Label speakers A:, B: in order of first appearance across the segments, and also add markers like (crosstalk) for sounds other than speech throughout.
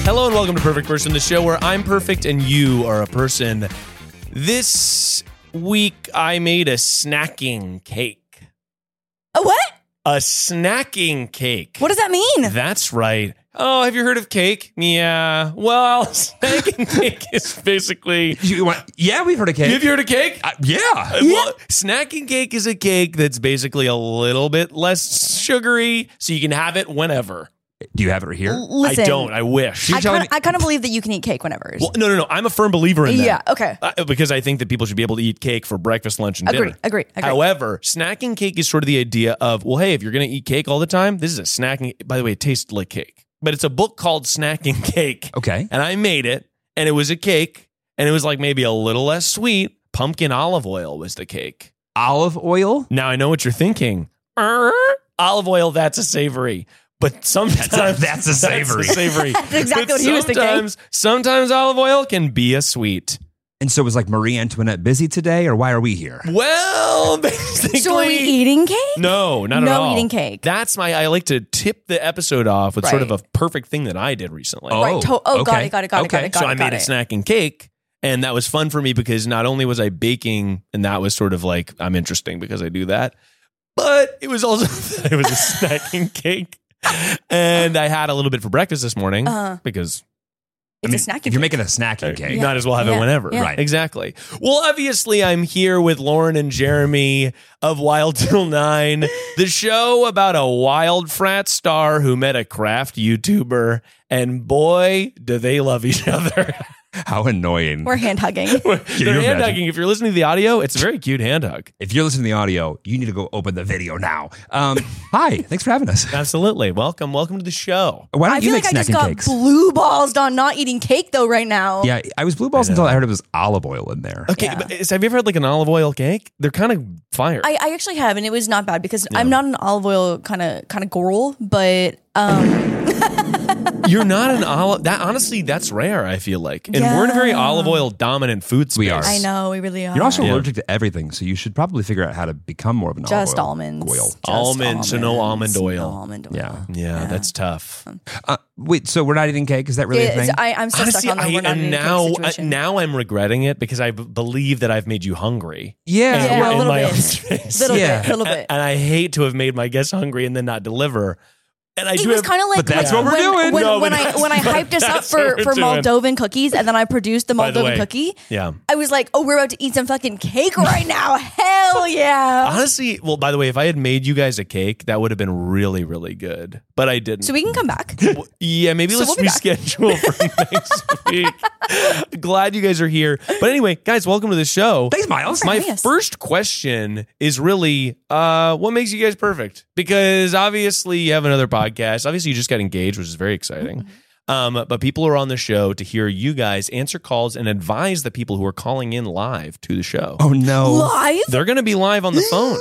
A: Hello and welcome to Perfect Person, the show where I'm perfect and you are a person. This week I made a snacking cake.
B: A what?
A: A snacking cake.
B: What does that mean?
A: That's right. Oh, have you heard of cake? Yeah. Well, (laughs) snacking cake is basically.
C: You want, yeah, we've heard of cake.
A: Have you heard of cake?
C: Uh, yeah.
A: Well, snacking cake is a cake that's basically a little bit less sugary, so you can have it whenever.
C: Do you have it right here?
B: Listen,
A: I don't. I wish.
B: I
C: telling
B: kind, of, I kind of believe that you can eat cake whenever.
A: Well, no, no, no. I'm a firm believer in that.
B: yeah. Okay.
A: Uh, because I think that people should be able to eat cake for breakfast, lunch, and
B: Agree,
A: dinner.
B: agree, agree.
A: However, snacking cake is sort of the idea of, well, hey, if you're going to eat cake all the time, this is a snacking. By the way, it tastes like cake, but it's a book called Snacking (laughs) Cake.
C: Okay.
A: And I made it, and it was a cake, and it was like maybe a little less sweet. Pumpkin olive oil was the cake.
C: Olive oil.
A: Now I know what you're thinking. Err, Olive oil, that's a savory. But sometimes (laughs)
C: That's a- that's a savory.
A: savory.
B: (laughs) That's exactly
A: But
B: what he was thinking.
A: Sometimes, sometimes olive oil can be a sweet.
C: And so it was like Marie Antoinette busy today, or why are we here?
A: Well, (laughs)
C: (laughs)
A: basically,
B: So are we eating cake?
A: No, not at
B: No
A: all.
B: eating cake.
A: That's my. I like to tip the episode off with sort of a
B: Right.
A: perfect thing that I did recently.
C: Oh,
B: right. To- oh, got
C: okay.
B: it. Got it. Got it. Got
C: Okay.
B: it. Got
A: so
B: it,
A: I
B: got
A: made a
B: it.
A: snack and cake, and that was fun for me because not only was I baking, and that was sort of like I'm interesting because I do that, but it was also (laughs) it was a snack and cake, and I had a little bit for breakfast this morning
B: Uh-huh.
A: because
B: It's a snack.
C: If you're making a snacking
A: Okay.
C: cake,
A: You might as well have it
B: Yeah.
A: whenever.
B: Yeah.
C: Right.
A: Exactly. Well, obviously, I'm here with Lauren and Jeremy of Wild Till Nine, the show about a wild frat star who met a craft YouTuber. And boy, do they love each other.
C: (laughs)
A: (laughs)
C: how annoying.
B: We're hand
C: (laughs)
B: hugging.
C: you
A: They're hand
C: imagine?
A: hugging. If you're listening to the audio, it's a very cute hand hug.
C: If you're listening to the audio, you need to go open the video now.
A: (laughs)
C: Um, hi, thanks for having us.
A: Absolutely. Welcome. Welcome to the show.
C: Why don't
B: I
C: you
B: feel
C: make
B: like I just
C: snacking
B: got
C: cakes?
B: blue balls on not eating cake though right now.
C: yeah, I was blue
A: I
C: balls
A: know.
C: until I heard it was olive oil in there.
A: Okay.
B: Yeah.
A: But is, have you ever had like an olive oil cake? They're kind of fire.
B: I, (laughs) I actually have, and it was not bad because I'm not an olive oil kind of kind of girl, but um,
A: You're not an olive. That honestly, that's rare. I feel like, and we're in a very
B: Yeah.
A: olive oil dominant food space.
C: We are.
B: I know we really are.
C: You're also
A: Yeah.
C: allergic to everything, so you should probably figure out how to become more of an olive
B: just
C: oil
B: almonds,
C: oil.
B: Just
A: Almonds, so no almond
B: no
A: oil.
B: almond oil.
C: Yeah.
A: Yeah, that's tough.
C: Uh, wait, so we're not eating cake? Is that really a
B: It's-
C: thing?
B: I, I'm so
A: Honestly,
B: stuck on the
A: I,
B: we're not
A: and
B: eating cake
A: now I,
B: situation.
A: now I'm regretting it because I b- believe that I've made you hungry.
C: yeah,
B: Yeah,
C: well,
B: a little
A: my
B: bit.
A: own space.
B: little
C: Yeah.
B: bit, little bit.
A: and I hate to have made my guests hungry and then not deliver. And I
B: it
A: do
B: was
A: have-
B: kind of like
C: but that's
B: when,
C: what we're
B: when,
C: doing.
B: When,
A: No,
B: when
A: but
B: I
A: that's
B: when I hyped us up
A: that's what
B: for,
A: we're
B: for
A: doing.
B: Moldovan cookies, and then I produced the
A: By the
B: Moldovan
A: way,
B: cookie.
A: yeah.
B: I was like, oh, we're about to eat some fucking cake right
A: (laughs)
B: now. Hell yeah!
A: honestly. Well, by the way, if I had made you guys a cake, that would have been really, really good. But I didn't.
B: So we can come back.
A: (laughs) W- yeah, maybe
B: So
A: let's
B: we'll be back.
A: reschedule for (laughs) next week. (laughs) Glad you guys are here. But anyway, guys, welcome to the show.
C: thanks, Miles.
A: My
B: Yes.
A: first question is really uh, what makes you guys perfect? Because obviously you have another podcast. Obviously you just got engaged, which is very exciting.
B: Mm-hmm.
A: Um, but people are on the show to hear you guys answer calls and advise the people who are calling in live to the show.
C: Oh no!
B: Live.
A: They're going to be live on the phone.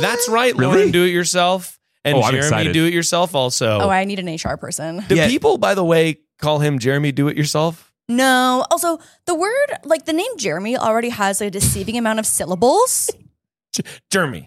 A: That's right,
C: Really?
A: Lauren, do it yourself. And
C: Oh, I'm
A: Jeremy,
C: excited.
A: do it yourself also.
B: Oh, I need an HR person.
A: do
C: Yeah.
A: people, by the way, call him Jeremy, do it yourself?
B: No. Also, the word like the name Jeremy already has a deceiving amount of syllables.
A: Jeremy.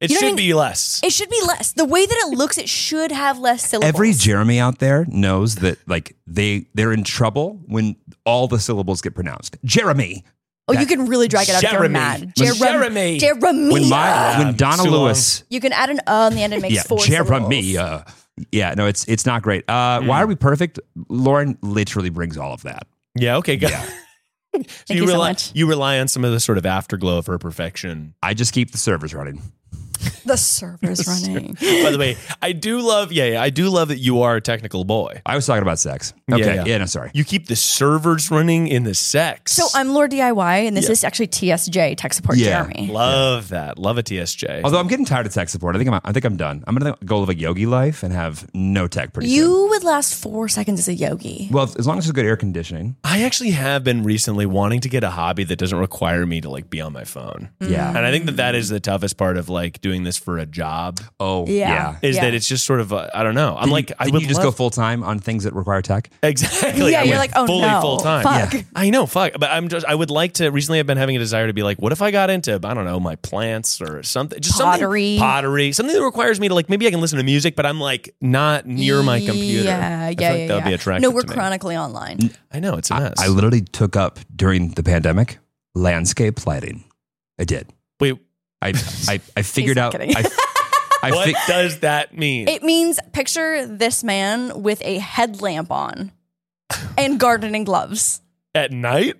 A: It
B: You know
A: should
B: what I mean?
A: be less.
B: It should be less. The way that it looks, it should have less syllables.
C: Every Jeremy out there knows that like they they're in trouble when all the syllables get pronounced. Jeremy.
B: oh, you can really drag it out. if you're
A: Jeremy.
B: mad.
A: When- Jeremy.
B: Jeremy. Jeremy.
C: When my
A: Yeah,
C: when Donna
A: so
C: Lewis
B: You can add an uh on the end and it makes
C: yeah,
B: four
C: Jeremy.
B: syllables.
C: Uh, yeah, no, it's it's not great.
A: Hmm.
C: Uh, Why are we perfect? Lauren literally brings all of that.
A: Yeah, okay, good. (laughs)
B: Thank you so
A: rely,
B: much.
A: you rely on some of the sort of afterglow of her perfection.
C: I just keep the servers running.
A: (laughs)
B: The server's running.
A: By the way, I do love, yeah, yeah, I do love that you are a technical boy.
C: I was talking about sex. Okay. Yeah,
A: yeah.
C: no, sorry.
A: You keep the servers running in the sex.
B: So I'm Lord DIY, and this is actually TSJ Tech Support
C: Yeah.
B: Jeremy.
A: love that. Love a TSJ.
C: Although I'm getting tired of tech support. I think I'm I think I'm done. I'm gonna go live a yogi life and have no tech pretty soon.
B: You would last four seconds as a yogi.
C: Well, as long as there's good air conditioning.
A: I actually have been recently wanting to get a hobby that doesn't require me to like be on my phone.
C: Yeah.
A: And I think that that is the toughest part of like doing this for a job
C: Oh
B: Yeah.
A: is
B: Yeah.
A: that it's just sort of I I don't know. I'm like I
C: Didn't
A: would
C: you just
A: love-
C: go full time on things that require tech.
A: Exactly.
B: Yeah,
A: I
B: you're
A: went
B: like, oh,
A: fully
B: no.
A: full time.
B: Fuck.
A: Yeah. I know, fuck. But I'm just I would like to recently I've been having a desire to be like, what if I got into, I don't know, my plants or something just
B: Pottery.
A: something pottery. Something that requires me to like maybe I can listen to music, but I'm like not near my computer.
B: Yeah,
A: I feel
B: yeah,
A: like
B: yeah.
A: That would
B: yeah.
A: be attractive.
B: No, we're
A: to me.
B: chronically online.
A: I know, it's a mess.
C: I literally took up during the pandemic landscape lighting. I did.
A: Wait, (laughs)
C: I I, I figured
B: not
C: out.
B: kidding.
C: I, I
A: what
C: fi-
A: does that mean?
B: It means picture this man with a headlamp on and gardening gloves.
A: At night?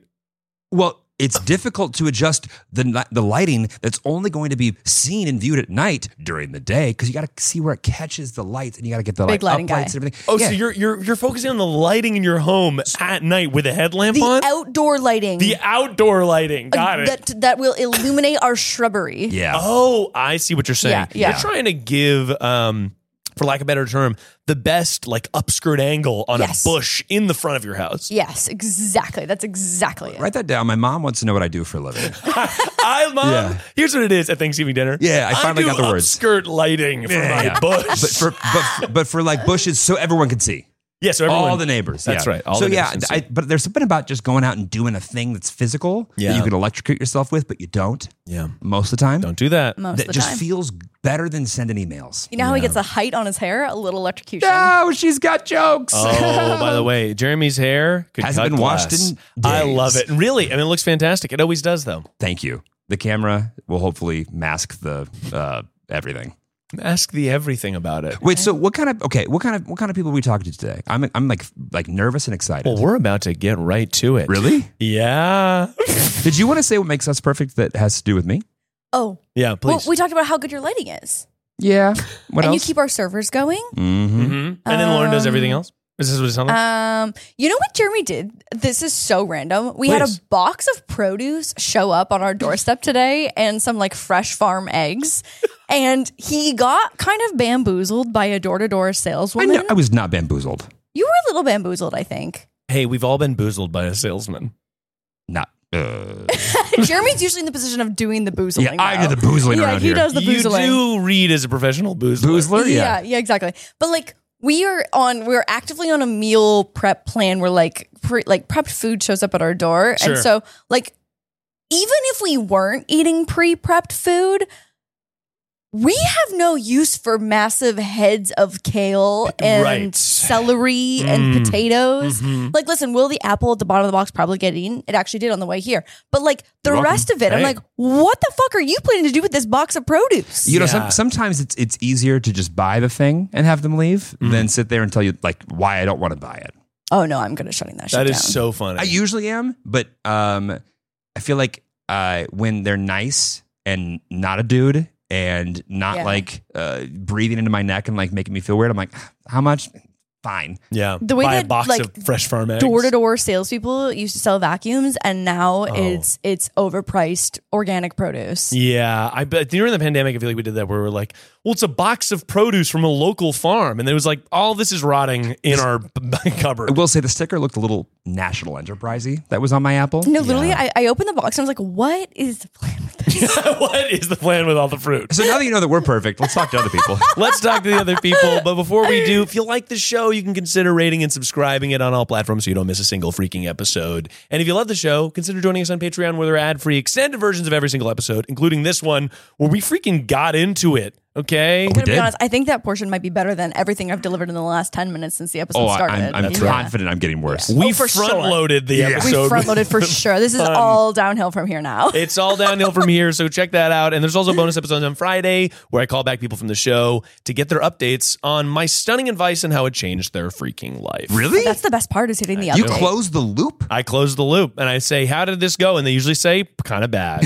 C: well, it's difficult to adjust the ni- the lighting that's only going to be seen and viewed at night during the day because you got to see where it catches the lights and you got to get the like,
B: Big lighting
C: up
B: guy.
C: lights and everything.
A: Oh,
C: Yeah.
A: so you're you're you're focusing on the lighting in your home at night with a headlamp
B: The
A: on?
B: outdoor lighting. uh,
A: the outdoor lighting. Got it.
B: That, that will illuminate our shrubbery.
C: yeah.
A: Oh, I see what you're saying.
B: Yeah, yeah.
A: You're trying to give, um, for lack of a better term, the best like upskirt angle on
B: Yes.
A: a bush in the front of your house.
B: Yes, exactly. That's exactly it.
C: Write that down. My mom wants to know what I do for
A: (laughs)
C: a living.
A: (laughs) I mom.
C: Yeah.
A: Here's what it is at Thanksgiving dinner.
C: Yeah, I finally
A: do
C: got the words.
A: Upskirt lighting for my
C: yeah.
A: bush.
C: but for but, but for like bushes, so everyone can see.
A: yeah, so everyone,
C: all the neighbors.
A: That's
C: yeah.
A: right. All
C: so
A: the
C: yeah,
A: neighbors can
C: I, but there's something about just going out and doing a thing that's physical that
A: Yeah.
C: you can electrocute yourself with, but you don't
A: yeah.
C: most of the time.
A: Don't do that.
B: Most of
C: that
B: the
C: just
B: time.
C: feels better than sending emails.
B: you know how he gets the height on his hair? A little electrocution.
C: No, she's got jokes.
A: Oh, by
C: (laughs)
A: the way, Jeremy's hair could
C: Hasn't
A: cut
C: been washed
A: glass.
C: in
A: I
C: days.
A: love it. And Really, I mean, it looks fantastic. It always does, though.
C: Thank you. The camera will hopefully mask the uh, everything.
A: Ask the everything about it.
C: Wait, so what kind of okay? What kind of what kind of people are we talking to today? I'm I'm like like nervous and excited.
A: Well, we're about to get right to it.
C: really?
A: Yeah.
C: Did you want to say what makes us perfect that has to do with me?
B: Oh,
A: Yeah.
B: well,
A: Please.
B: we talked about how good your lighting is.
C: Yeah. What
B: and
C: else?
B: you keep our servers going.
C: Mhm.
A: hmm And then Lauren does everything else. Is this what it sounds like?
B: Um, you know what Jeremy did? This is so random. We had
A: Please.
B: a box of produce show up on our doorstep today and some like fresh farm eggs. And he got kind of bamboozled by a door to door
C: I
B: saleswoman.
C: know. I was not bamboozled.
B: You were a little bamboozled,
C: (laughs)
B: I think.
A: hey, we've all been boozled by a salesman.
C: Not. Uh,
B: Jeremy's usually in the position of doing the boozling.
C: yeah, I
B: though.
C: did the boozling
B: Yeah,
C: around
B: he
C: here.
B: does the
A: you
B: boozling.
A: do read as a professional boozler.
C: Boozler?
B: yeah, yeah, exactly. But like we are on, we're actively on a meal prep plan where like pre, like prepped food shows up at our door,
A: Sure.
B: and so like even if we weren't eating pre prepped food. We have no use for massive heads of kale and
A: Right.
B: celery and
A: Mm.
B: potatoes.
A: Mhm.
B: Like, listen, will the apple at the bottom of the box probably get eaten? It actually did on the way here. But like the
C: You're welcome.
B: rest of it, I'm
A: Hey.
B: like, what the fuck are you planning to do with this box of produce?
C: You know,
A: Yeah.
C: some, sometimes it's it's easier to just buy the thing and have them leave than sit there and tell you like why I don't want to buy it.
B: oh no, I'm good at shutting that, shit
A: That
B: down.
A: is so funny.
C: I usually am, but um, I feel like uh, when they're nice and not a dude and not
B: Yeah.
C: like uh, breathing into my neck and like making me feel weird, I'm like, how much? Fine.
A: yeah.
B: The way
A: Buy a
B: that,
A: box
B: like,
A: of fresh farm eggs.
B: Door to door salespeople used to sell vacuums, and now
C: Oh.
B: it's it's overpriced organic produce.
A: Yeah, I bet during the pandemic, I feel like we did that where we were like, "Well, it's a box of produce from a local farm," and it was like, "All this is rotting in our b- (laughs)
C: I
A: cupboard."
C: will say the sticker looked a little national enterprisey that was on my
B: (laughs)
C: Apple.
B: No, literally, I, I opened the box and I was like, "What is the plan with
C: (laughs)
B: this?"
A: (laughs) what is the plan with all the fruit?
C: So now that you know that we're perfect, let's talk to other people.
A: Let's talk to the other people. But before we do, if you like the show, you can consider rating and subscribing it on all platforms so you don't miss a single freaking episode. And if you love the show, consider joining us on Patreon where there are ad free extended versions of every single episode, including this one where we freaking got into it Okay.
B: I'm gonna be
C: did?
B: honest. I think that portion might be better than everything I've delivered in the last ten minutes since the episode
C: Oh, I,
B: started.
C: I'm, I'm
B: Yeah.
C: confident I'm getting worse.
B: Yeah.
A: We
B: Oh, for sure.
A: front loaded the
B: We
A: episode.
B: front loaded for sure. This is all downhill from here now.
A: It's all downhill from here, so check that out. And there's also bonus episodes on Friday where I call back people from the show to get their updates on my stunning advice and how it changed their freaking life.
C: Really?
B: (laughs) That's the best part is hitting the
C: You
B: update.
C: close the loop?
A: I close the loop and I say, How did this go? And they usually say, Kind of bad.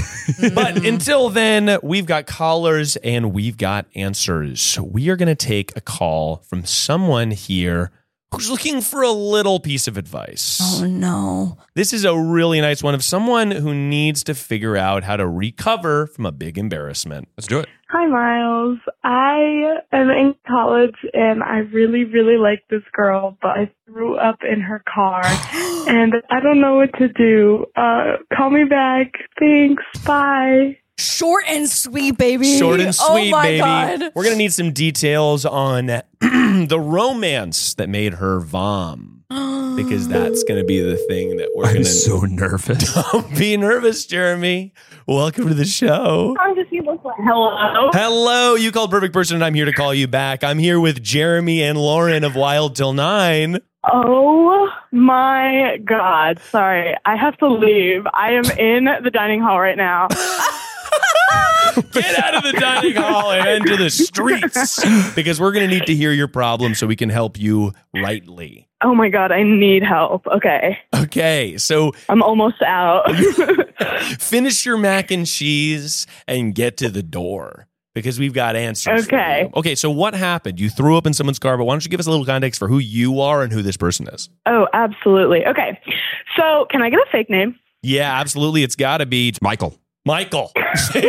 A: but until then, we've got callers and we've got answers. We are going to take a call from someone here who's looking for a little piece of advice.
B: oh no.
A: This is a really nice one of someone who needs to figure out how to recover from a big embarrassment.
C: Let's do it.
D: Hi, Miles. I am in college and I really, really like this girl, but I threw up in her car and I don't know what to do. Uh, call me back. Thanks. Bye.
B: Short and sweet, baby.
A: Short and sweet,
B: oh my
A: baby.
B: God.
A: We're going to need some details on (clears throat) the romance that made her
B: (gasps)
A: vom because that's going to be the thing that we're going
C: (laughs) I'm
A: to
C: so nervous.
A: (laughs) be nervous, Jeremy. Welcome to the show.
D: I'm just, you look like hello.
A: Hello, you called perfect person, and I'm here to call you back. I'm here with Jeremy and Lauren of Wild Till Nine.
D: Oh my God. Sorry. I have to leave. I am in the dining hall right now.
A: Get out of the dining hall and into the streets because we're going to need to hear your problem so we can help you rightly.
D: Oh my God. I need help. Okay.
A: Okay, so
D: I'm almost out. (laughs)
A: finish your mac and cheese and get to the door because we've got answers. for
D: Okay.
A: you. Okay, so what happened? You threw up in someone's car, but why don't you give us a little context for who you are and who this person is?
D: oh, absolutely. Okay. So can I get a fake name?
A: Yeah, absolutely. It's got to be
C: Michael.
A: Michael. (laughs)
B: (laughs)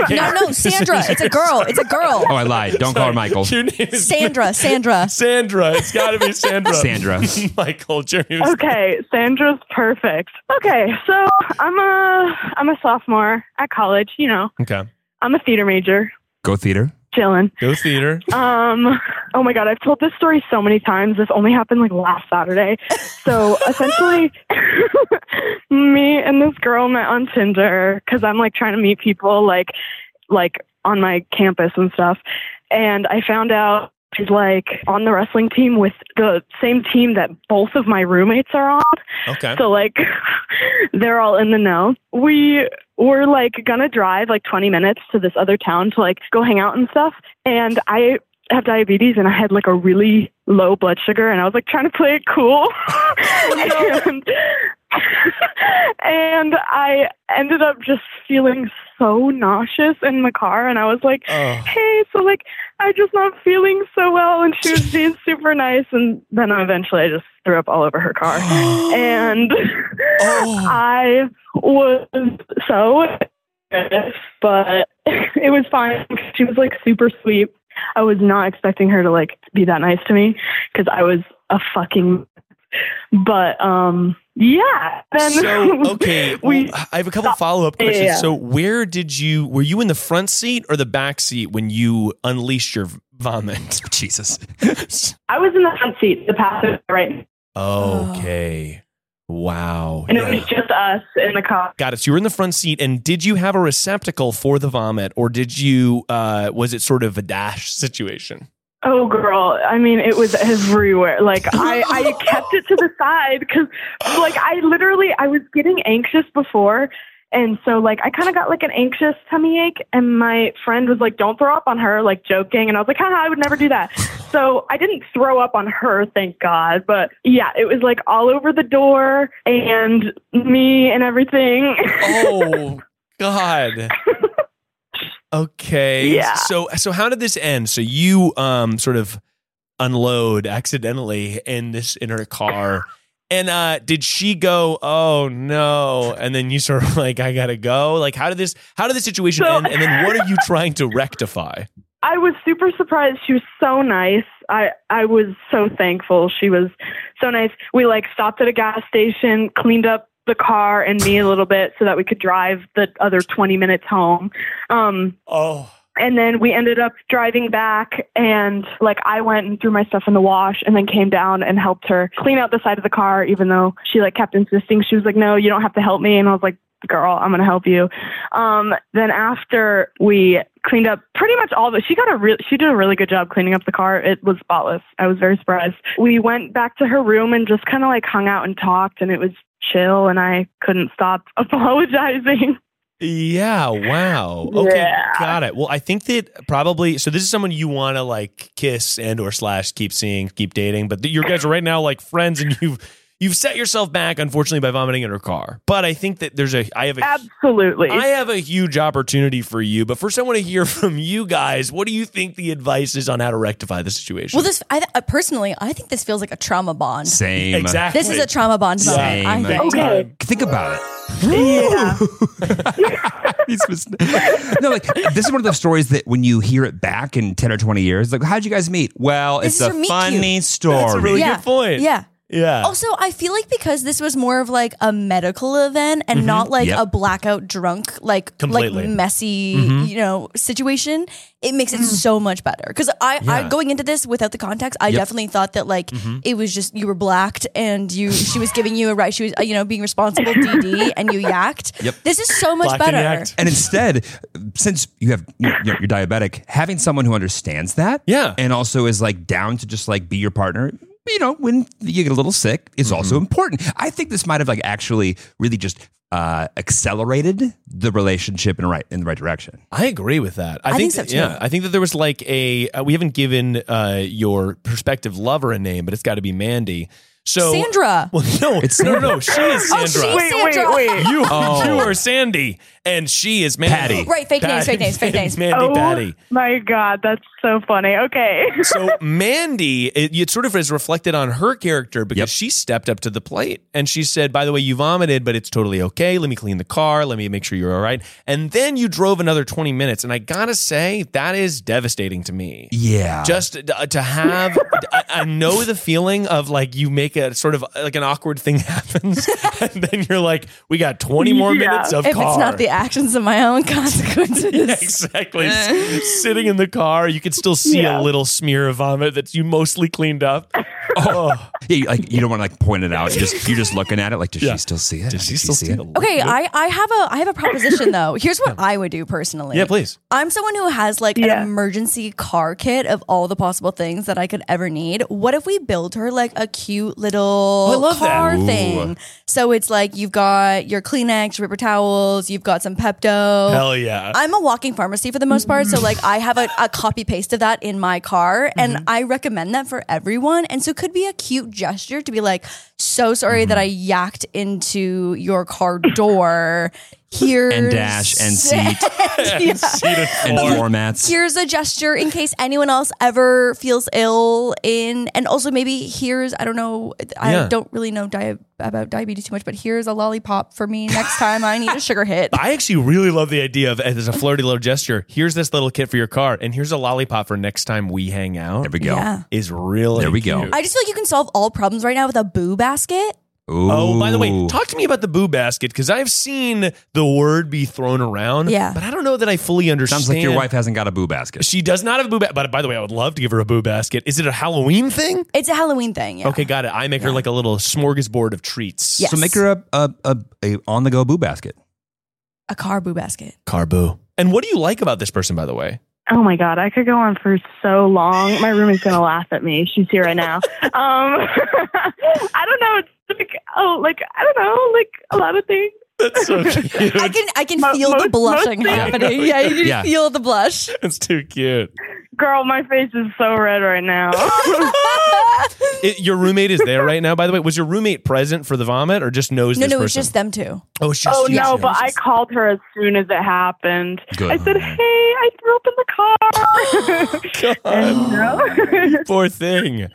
B: No, no, Sandra. It's a girl. It's a girl.
C: Oh, I lied. (laughs) Don't call her Michael.
A: Your name is
B: Sandra, Sandra.
A: Sandra. It's got to be Sandra.
C: Sandra.
A: (laughs) Michael. Jeremy. was-
D: Okay, Sandra's perfect. Okay, so I'm a I'm a sophomore at college. You know,
A: Okay.
D: I'm a theater major,
C: Go theater.
D: chilling.
A: Go theater.
D: Um, oh my god, I've told this story so many times. This only happened like last Saturday. So essentially, (laughs) me and this girl met on Tinder because I'm like trying to meet people like like on my campus and stuff. And I found out she's like on the wrestling team with the same team that both of my roommates are on.
A: Okay.
D: So like (laughs) they're all in the know. We were like gonna drive like 20 minutes to this other town to like go hang out and stuff. And I have diabetes and I had like a really low blood sugar and I was like trying to play it cool. (laughs) and, and I ended up just feeling so nauseous in the car and I was like
A: Oh.
D: hey, so like I'm just not feeling so well, and she
A: (laughs)
D: was being super nice, and then eventually I just threw up all over her
A: (gasps)
D: car, and
A: Oh.
D: (laughs) I was so nervous, but (laughs) it was fine. She was like super sweet. I was not expecting her to like be that nice to me because I was a fucking. But um, yeah. Then (laughs)
A: So okay,
D: we
A: well, I have a couple follow up questions.
D: Yeah.
A: So where did you were you in the front seat or the back seat when you unleashed your vomit?
C: Jesus.
D: I was in the front seat, the passenger right,
A: (laughs) Okay. Wow.
D: and it was just us in the car.
A: Got it. So you were in the front seat, and did you have a receptacle for the vomit, or did you? Uh, was it sort of a dash situation?
D: Oh, girl. I mean, it was everywhere. Like, I, I kept it to the side because, like, I literally, I was getting anxious before. And so, like, I kind of got, like, an anxious tummy ache. And my friend was like, don't throw up on her, like, joking. And I was like, haha, I would never do that. So I didn't throw up on her, thank God. But yeah, it was, like, all over the door and me and everything. (laughs)
A: Oh God. Okay.
D: Yeah.
A: So so how did this end? So you um sort of unload accidentally in this in her car. And uh did she go, oh no, and then you sort of (laughs) like, I gotta go? Like how did this how did the situation
D: So-
A: end? And then what are you trying to rectify?
D: I was super surprised. She was so nice. I I was so thankful. She was so nice. We like stopped at a gas station, cleaned up the car and me a little bit so that we could drive the other 20 minutes home. Um
A: Oh
D: and then we ended up driving back and like I went and threw my stuff in the wash and then came down and helped her clean out the side of the car even though she like kept insisting she was like no you don't have to help me and I was like girl I'm going to help you. Um then after we cleaned up pretty much all of it. She got a real, she did a really good job cleaning up the car. It was spotless. I was very surprised. We went back to her room and just kind of like hung out and talked, and it was chill. And I couldn't stop (laughs) apologizing.
A: Yeah. Wow. Okay.
D: Yeah.
A: Got it. Well, I think that probably. So this is someone you want to like kiss and or slash keep seeing, keep dating. But th- your guys are right now like friends, and (laughs) you've you've set yourself back unfortunately by vomiting in her car. But I think that there's a I have a
D: Absolutely.
A: I have a huge opportunity for you. But first, I want to hear (laughs) from you guys. What do you think the advice is on how to rectify the situation?
B: Well, this I th- uh, personally, I think this feels like a trauma bond.
C: Same.
A: exactly.
B: This is a trauma bond moment.
C: Same.
B: I think.
D: Okay.
C: Think about it.
D: yeah.
C: (laughs) These mis- no, like this is one of those stories that when you hear it back in ten or twenty years, like how'd you guys meet? Well,
B: This is
C: it's
B: your
C: a
B: meet
C: funny
B: cute.
C: story.
A: That's a really
B: Yeah.
A: good point.
B: Yeah.
A: Yeah.
B: Also, I feel like because this was more of like a medical event and not like
C: Yep.
B: a blackout drunk, like
A: Mm-hmm. Completely. Mm-hmm.
B: like messy, you know, situation, it makes it so much better. Because I, I, going into this without the context, I definitely thought that like
A: Mm-hmm.
B: it was just you were blacked and you she was giving you a right, she was uh, you know being responsible DD and you yacked.
C: Yep.
B: This is so much
A: Blacked and
B: better.
A: yacked.
C: And instead, since you have you're, you're diabetic, having someone who understands that,
A: Yeah.
C: and also is like down to just like be your partner. You know, when you get a little sick, is
A: Mm-hmm.
C: also important. I think this might have like actually really just uh, accelerated the relationship in the right in the right direction.
A: I agree with that. I,
B: I
A: think,
B: think so,
A: that-
B: too.
A: yeah, I think that there was like a uh, we haven't given uh, your prospective lover a name, but it's got to be Mandy. So
B: Sandra.
A: Well, (laughs) no, it's no, no, she is
B: Oh,
A: Sandra.
B: she's
D: Wait, wait,
B: Sandra.
D: wait.
B: (laughs)
A: you,
C: Oh.
A: you are Sandy, and she is Mandy.
C: Patty.
B: Right, fake names, fake names, fake names.
A: Mandy
D: oh
A: Patty.
D: my God, that's so funny. Okay.
A: So Mandy, it, it sort of is reflected on her character because
C: Yep.
A: she stepped up to the plate and she said, "By the way, you vomited, but it's totally okay. Let me clean the car. Let me make sure you're all right." And then you drove another twenty minutes, and I gotta say that is devastating to me.
C: Yeah,
A: just uh, to, to have I, I know the feeling of like you make a sort of like an awkward thing (laughs) happens and then you're like we got 20 more
D: Yeah.
A: minutes of
B: If
A: car
B: it's not the actions of my
A: (laughs)
B: own (laughs) consequences.
A: Yeah, exactly
B: Uh.
A: S- sitting in the car you could still see a
D: Yeah.
A: little smear of vomit that you mostly cleaned
B: (laughs)
A: up oh
C: yeah, you- like you don't want to like point it out. You just you're just looking at it. Like, does
A: Yeah.
C: she still see it?
A: did she
C: Does
A: still
C: see
A: see
C: it?
A: it
B: Okay, I, I have a I have a proposition though. Here's what I would do personally.
A: yeah please
B: I'm someone who has like
D: Yeah.
B: an emergency car kit of all the possible things that I could ever need. What if we build her like a cute little
A: Oh, I love that.
B: car
C: Ooh.
B: thing? So it's like you've got your Kleenex, your ripper towels, you've got some Pepto.
A: hell
B: (laughs)
A: yeah
B: I'm a walking pharmacy for the most part. So, like, I have a, a copy paste of that in my car, and
C: Mm-hmm.
B: I recommend that for everyone. And so, it could be a cute gesture to be like, so sorry that I
C: Mm-hmm.
B: yacked into your car door. Here
C: (laughs) And dash
B: (laughs)
C: and seat
A: (laughs)
C: and formats.
B: Here's a gesture in case anyone else ever feels ill in, and also maybe here's I don't know I
A: Yeah.
B: don't really know dia- about diabetes too much, but here's a lollipop for me next time I need a sugar
C: (laughs)
B: hit.
A: I actually really love the idea of as a flirty little gesture. Here's this little kit for your car, and here's a lollipop for next time we hang out.
C: There we go.
B: Yeah.
A: is really
C: There we go.
A: cute.
B: I just feel like you can solve all problems right now with a boo basket.
A: Oh, by the way,
C: Ooh.
A: talk to me about the boo basket because I've seen the word be thrown around.
B: Yeah.
A: But I don't know that I fully understand.
C: Sounds like your wife hasn't got a boo basket.
A: She does not have a boo basket. But by the way, I would love to give her a boo basket. Is it a Halloween thing?
B: It's a Halloween thing. Yeah.
A: Okay, got it. I make her like a little smorgasbord of treats.
B: Yes.
C: So make her a a, a, a on the go boo basket.
B: A car boo basket.
A: Carbo. And what do you like about this person, by the way?
D: (laughs) Oh my God, I could go on for so long. My roommate's gonna laugh at me. She's here right now. Um, (laughs) I don't know. It's like oh, like I don't know, like a lot of things.
A: That's so (laughs)
B: I
A: cute.
B: can I can
D: Mo-
B: feel the
D: most-
B: blushing
D: most
B: happening. Yeah, you can
C: Yeah.
B: feel the blush.
A: That's too cute.
D: Girl, my face is so red right now.
A: It- your roommate is there right now, by the way. Was your roommate present for the vomit or just knows
B: no,
A: this
B: no, it's
A: person?
B: just them two.
A: (laughs) oh, it's just
D: oh
A: you
D: (laughs) no,
A: two.
D: but I called her as soon as it happened.
C: Good.
D: I said, "Hey, I threw up in the car."
A: (laughs)
D: (laughs)
A: God. (laughs) Poor thing.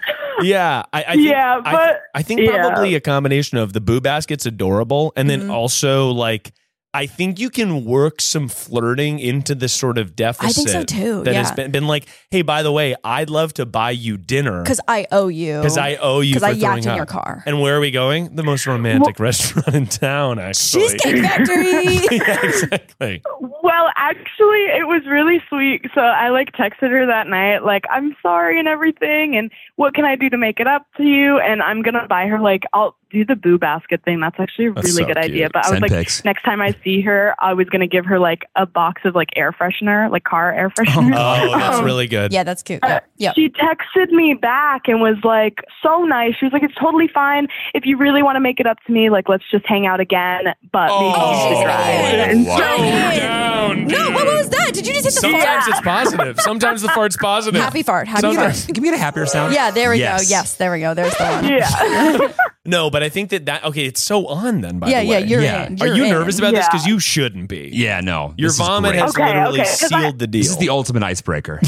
A: Yeah, I, I think,
D: Yeah,
A: I-
D: but-
A: I, think
D: yeah.
A: probably a combination of the boo basket's adorable, and
B: Mm-hmm.
A: then also like I think you can work some flirting into this sort of deficit.
B: so, too,
A: That has
B: yeah.
A: been, been like, hey, by the way, I'd love to buy you dinner
B: Because I owe you.
A: because I owe you
B: 'Cause
A: for
B: I yacked
A: throwing
B: in
A: up.
B: your car.
A: And where are we going? The most romantic restaurant in town, actually. (laughs)
B: Cheesecake Factory.
A: yeah, exactly.
D: well, actually, it was really sweet. So I like texted her that night, like, "I'm sorry" and everything, and what can I do to make it up to you? And I'm gonna buy her like I'll do the boo basket thing. That's actually a
A: That's
D: really
A: so
D: good idea.
A: cute.
D: But I was
C: Send
D: like,
C: pics.
D: next time I see her, I was gonna give her like a box of like air freshener, like car air freshener.
A: Oh, that's
D: Um,
A: really good.
B: Yeah, that's cute. Yeah. yeah.
D: Uh, She texted me back and was like, so nice. She was like, it's totally fine. If you really want to make it up to me, like, let's just hang out again. But
A: Oh,
D: maybe
B: Oh,
D: you should drive.
B: good.
D: And
C: Wow.
D: so,
B: Good.
A: down.
B: No, what was that? Did you just hit the
A: Sometimes
B: fart?
A: it's positive. Sometimes the fart's positive.
B: Happy fart. Happy
C: Can we
B: fart.
C: get a- can we get a happier sound?
B: Yeah, there we
C: Yes.
B: go. Yes, there we go. There's the one. Yeah,
D: (laughs) yeah.
A: No, but I think that that okay. It's so on then. By
B: yeah,
A: the way,
B: you're
C: Yeah.
B: in.
A: Are
B: You're
A: you
B: in.
A: nervous about this?
D: Yeah.
A: Because you shouldn't be.
C: Yeah, no.
A: Your
C: this is
A: vomit
C: great.
A: has
D: Okay,
A: literally
D: okay, 'cause I-
A: sealed the deal.
C: This is the
A: (laughs)
C: ultimate icebreaker.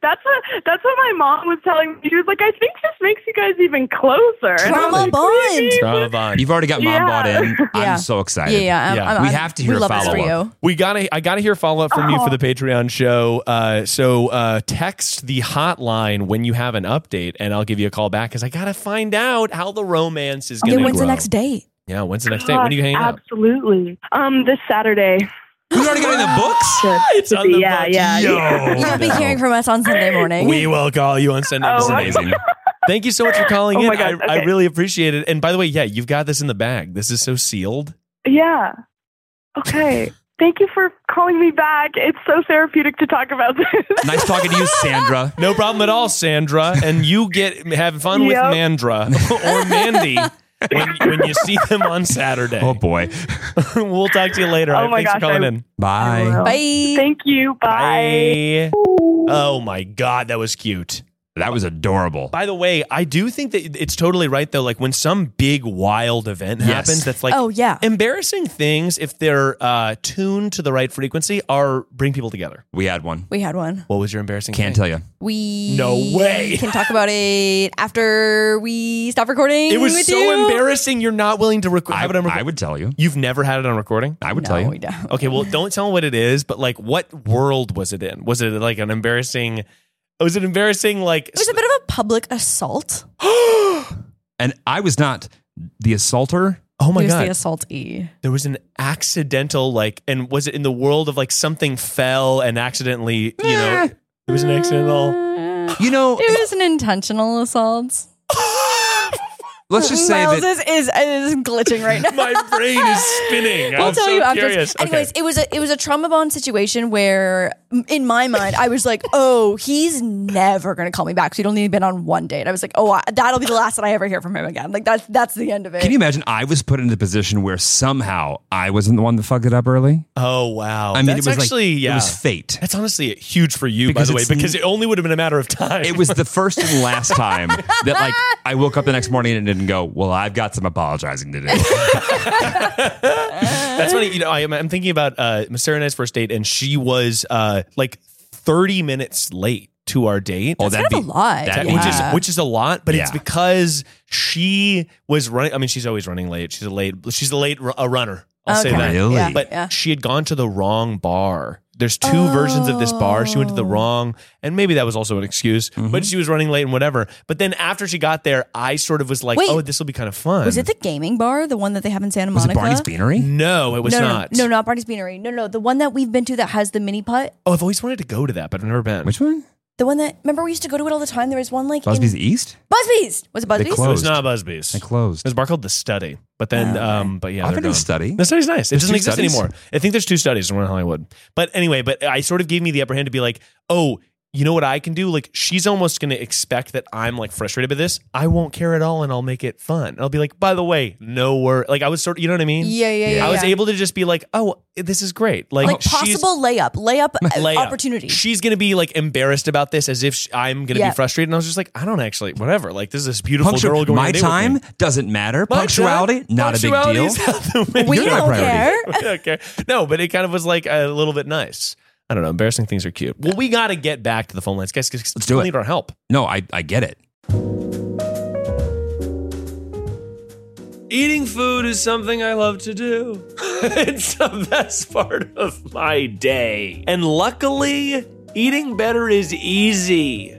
D: That's what that's what my mom was telling me. She was like, I think this makes you guys even closer. And I was
B: Trauma
D: like,
B: bond.
A: Drama bond.
C: You've already got mom
D: Yeah.
C: bought in.
B: (laughs) Yeah.
C: I'm so excited.
B: Yeah, yeah. I'm,
A: Yeah.
B: I'm,
C: We
B: I'm-
C: have to hear
B: we
C: a
B: love this for
C: follow-up.
B: you.
A: We gotta, I gotta hear follow up from you for the Patreon show. Uh, so uh, text the hotline when you have an update, and I'll give you a call back because I gotta find out how the romance is gonna.
B: Yeah, when's the
A: grow.
B: next date?
A: Yeah, when's the next date? When are you hanging out?
D: Absolutely. Um, this Saturday.
C: We've already got it in the books?
D: Should,
A: It's
D: should
A: on
D: be-
A: the
D: yeah,
A: budget.
D: yeah, yeah.
B: You'll be hearing from us on Sunday morning.
A: Oh, We will call you on Sunday.
D: Oh,
C: It's
A: morning.
D: (laughs)
C: amazing.
A: Thank you so much for calling
D: Oh
A: in.
D: my God,
A: I, I
D: okay.
A: really appreciate it. And by the way, yeah, you've got this in the bag. This is so sealed.
D: Yeah.
A: (laughs)
D: Okay. Thank you for calling me back. It's so therapeutic to talk about this.
C: nice talking to you, Sandra.
A: (laughs) No problem at all, Sandra. And you get have fun with
D: Yep.
A: Mandra (laughs) or Mandy when, when you see them on Saturday.
C: Oh, boy.
A: (laughs) we'll talk to you later.
D: Oh my
A: Thanks for
D: gosh,
A: calling
D: I-
A: in.
C: Bye.
B: Bye.
D: (laughs) Thank you. Bye.
A: Bye. Oh my God, that was cute.
C: That was adorable.
A: By the way, I do think that it's totally right though. Like when some big wild event
C: Yes.
A: happens, that's like
B: oh yeah.
A: embarrassing things. If they're uh, tuned to the right frequency, are bring people together.
C: We had one.
B: We had one.
A: What was your embarrassing?
C: Can't
A: thing?
C: tell you.
B: We
A: No way.
B: can talk about it after we stop recording.
A: It was
B: with
A: so
B: you.
A: embarrassing. You're not willing to rec-
C: I,
A: have it on
C: I
A: recording.
C: would tell you.
A: You've never had it on recording.
C: I would
B: No,
C: tell you.
B: we don't. (laughs)
A: Okay, well, don't tell me what it is, but like, what world was it in? Was it like an embarrassing? Was it embarrassing? Like,
B: It was a bit of a public
A: Oh
B: assault.
C: And I was not the assaulter.
A: oh my
B: It was
A: god,
B: the assault E.
A: there was an accidental like, and was it in the world of like something fell and accidentally, you know, it was an accidental.
C: You know,
B: It was an intentional assault.
C: let's just say
B: Miles
C: that
B: is, is is glitching right now. (laughs)
A: My brain is spinning. (laughs)
B: We'll
A: I'm
B: tell
A: so
B: you after.
A: curious. Okay.
B: Anyways, it was a it was a trauma bond situation where, m- in my mind, I was like, "Oh, he's never gonna call me back." So he'd only been on one date. I was like, "Oh, I, that'll be the last that I ever hear from him again." Like that's that's the end of it.
C: Can you imagine? I was put in the position where somehow I wasn't the one that fucked it up early.
A: Oh wow!
C: I mean,
A: that's
C: it was like-
A: actually yeah.
C: it was fate.
A: that's honestly huge for you,
C: Because
A: by the way,
C: it's-
A: because it only would have been a matter of time.
B: (laughs)
C: It was the first and last time that like I woke up the next morning and didn't go. Well, I've got some apologizing to do.
A: That's funny. You know, I am, I'm thinking about uh, Sarah and I's first date, and she was uh, like 30 minutes late to our date.
C: Oh, that'd
B: kind of
C: be
B: a lot,
C: that-
A: which
B: yeah.
A: is which is a lot, but it's
C: Yeah.
A: because she was running. I mean, she's always running late. She's a late. She's a late ru- a runner. I'll say
B: Okay.
A: that.
C: Really?
B: Yeah,
A: But
B: yeah.
A: she had gone to the wrong bar. There's two versions of this bar. She went to the
B: Oh. Mm-hmm.
A: wrong, and maybe that was also an excuse. But she was running late and whatever. But then after she got there, I sort of was like,
B: Wait.
A: "Oh, this will be kind of fun."
B: was it the gaming bar, the one that they have in Santa
C: (laughs) was it
B: Monica?
C: Barney's Beanery?
A: No, it was
B: no, no,
A: not.
B: No, no, not Barney's Beanery. No, no, the one that we've been to that has the mini putt.
A: Oh, I've always wanted to go to that, but I've never been.
C: Which one?
B: The one that remember we used to go to it all the time. There was one like
C: Busby's
B: in,
C: East.
B: Busby's. Was it
C: They
B: Busby's?
A: It was
C: closed.
A: not Busby's.
C: They
A: There's
C: closed.
A: a bar called The Study, but then, um, but yeah,
C: Oh, I've
A: they're
C: been to
A: gone.
C: study.
A: The study's nice. It doesn't
C: two
A: exist
C: studies?
A: anymore. I think there's two studies, the one in Hollywood. But anyway, but I sort of gave me the upper hand to be like, oh, you know what I can do? Like, she's almost going to expect that I'm like frustrated by this. I won't care at all, and I'll make it fun. And I'll be like, by the way, no word. Like, I was sort of, you know what I mean?
B: Yeah, yeah, yeah.
A: I was
B: yeah.
A: able to just be like, oh, this is great. Like,
B: like
A: she's-
B: possible layup, layup,
A: (laughs)
B: uh,
A: layup.
B: opportunity.
A: She's going to be like embarrassed about this as if sh- I'm going to
B: Yeah.
A: be frustrated. And I was just like, I don't actually, whatever. Like, this is this beautiful
C: Punctu-
A: girl going on
C: my
A: a date with
C: time
A: me.
C: doesn't matter.
A: My time-
C: Punctuality, not
A: Punctuality
C: a big
A: is (laughs)
C: deal.
A: out
C: (laughs)
A: the window.
B: we
C: You're my
B: don't
C: priority.
A: (laughs)
B: care.
A: okay. No, but it kind of was like a little bit nice. I don't know. Embarrassing things are cute. Well, we got to get back to the phone lines, guys, because
C: Let's do it.
A: need our help.
C: No, I, I get it.
A: Eating food is something I love to do. (laughs) it's the best part of my day. And luckily, eating better is easy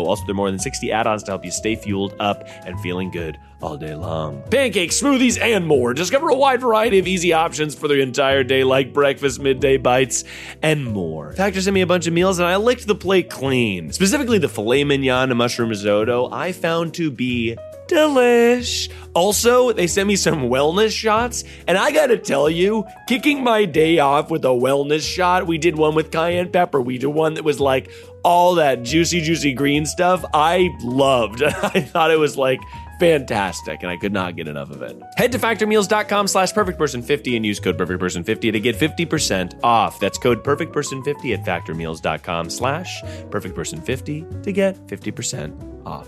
A: Also, there are more than 60 add ons to help you stay fueled up and feeling good all day long. Pancakes, smoothies, and more. Discover a wide variety of easy options for the entire day, like breakfast, midday bites, and more. Factor sent me a bunch of meals, and I licked the plate clean. Specifically, the filet mignon and mushroom risotto I found to be delish. Also, they sent me some wellness shots, and I gotta tell you, kicking my day off with a wellness shot, we did one with cayenne pepper, we did one that was like all that juicy, juicy green stuff. I loved. (laughs) I thought it was like fantastic and I could not get enough of it. Head to factormeals.com slash perfectperson50 and use code perfectperson50 to get 50% off. That's code perfectperson50 at factormeals.com slash perfectperson50 to get 50% off.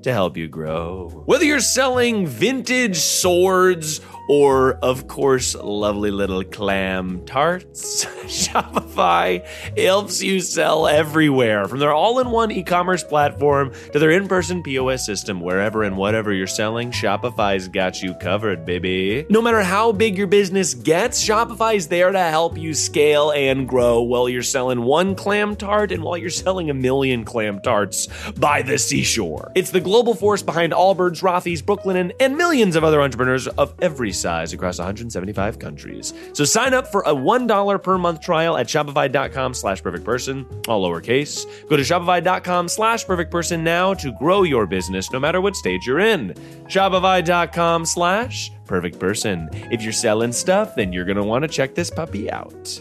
A: to help you grow. Whether you're selling vintage swords, or, of course, lovely little clam tarts. (laughs) Shopify helps you sell everywhere, from their all in one e commerce platform to their in person POS system. Wherever and whatever you're selling, Shopify's got you covered, baby. No matter how big your business gets, Shopify's there to help you scale and grow while you're selling one clam tart and while you're selling a million clam tarts by the seashore. It's the global force behind Allbirds, Rothy's, Brooklyn, and, and millions of other entrepreneurs of every size across 175 countries. So sign up for a $1 per month trial at Shopify.com slash perfect person, all lowercase. Go to Shopify.com slash perfect person now to grow your business no matter what stage you're in. Shopify.com slash perfect person. If you're selling stuff, then you're going to want to check this puppy out.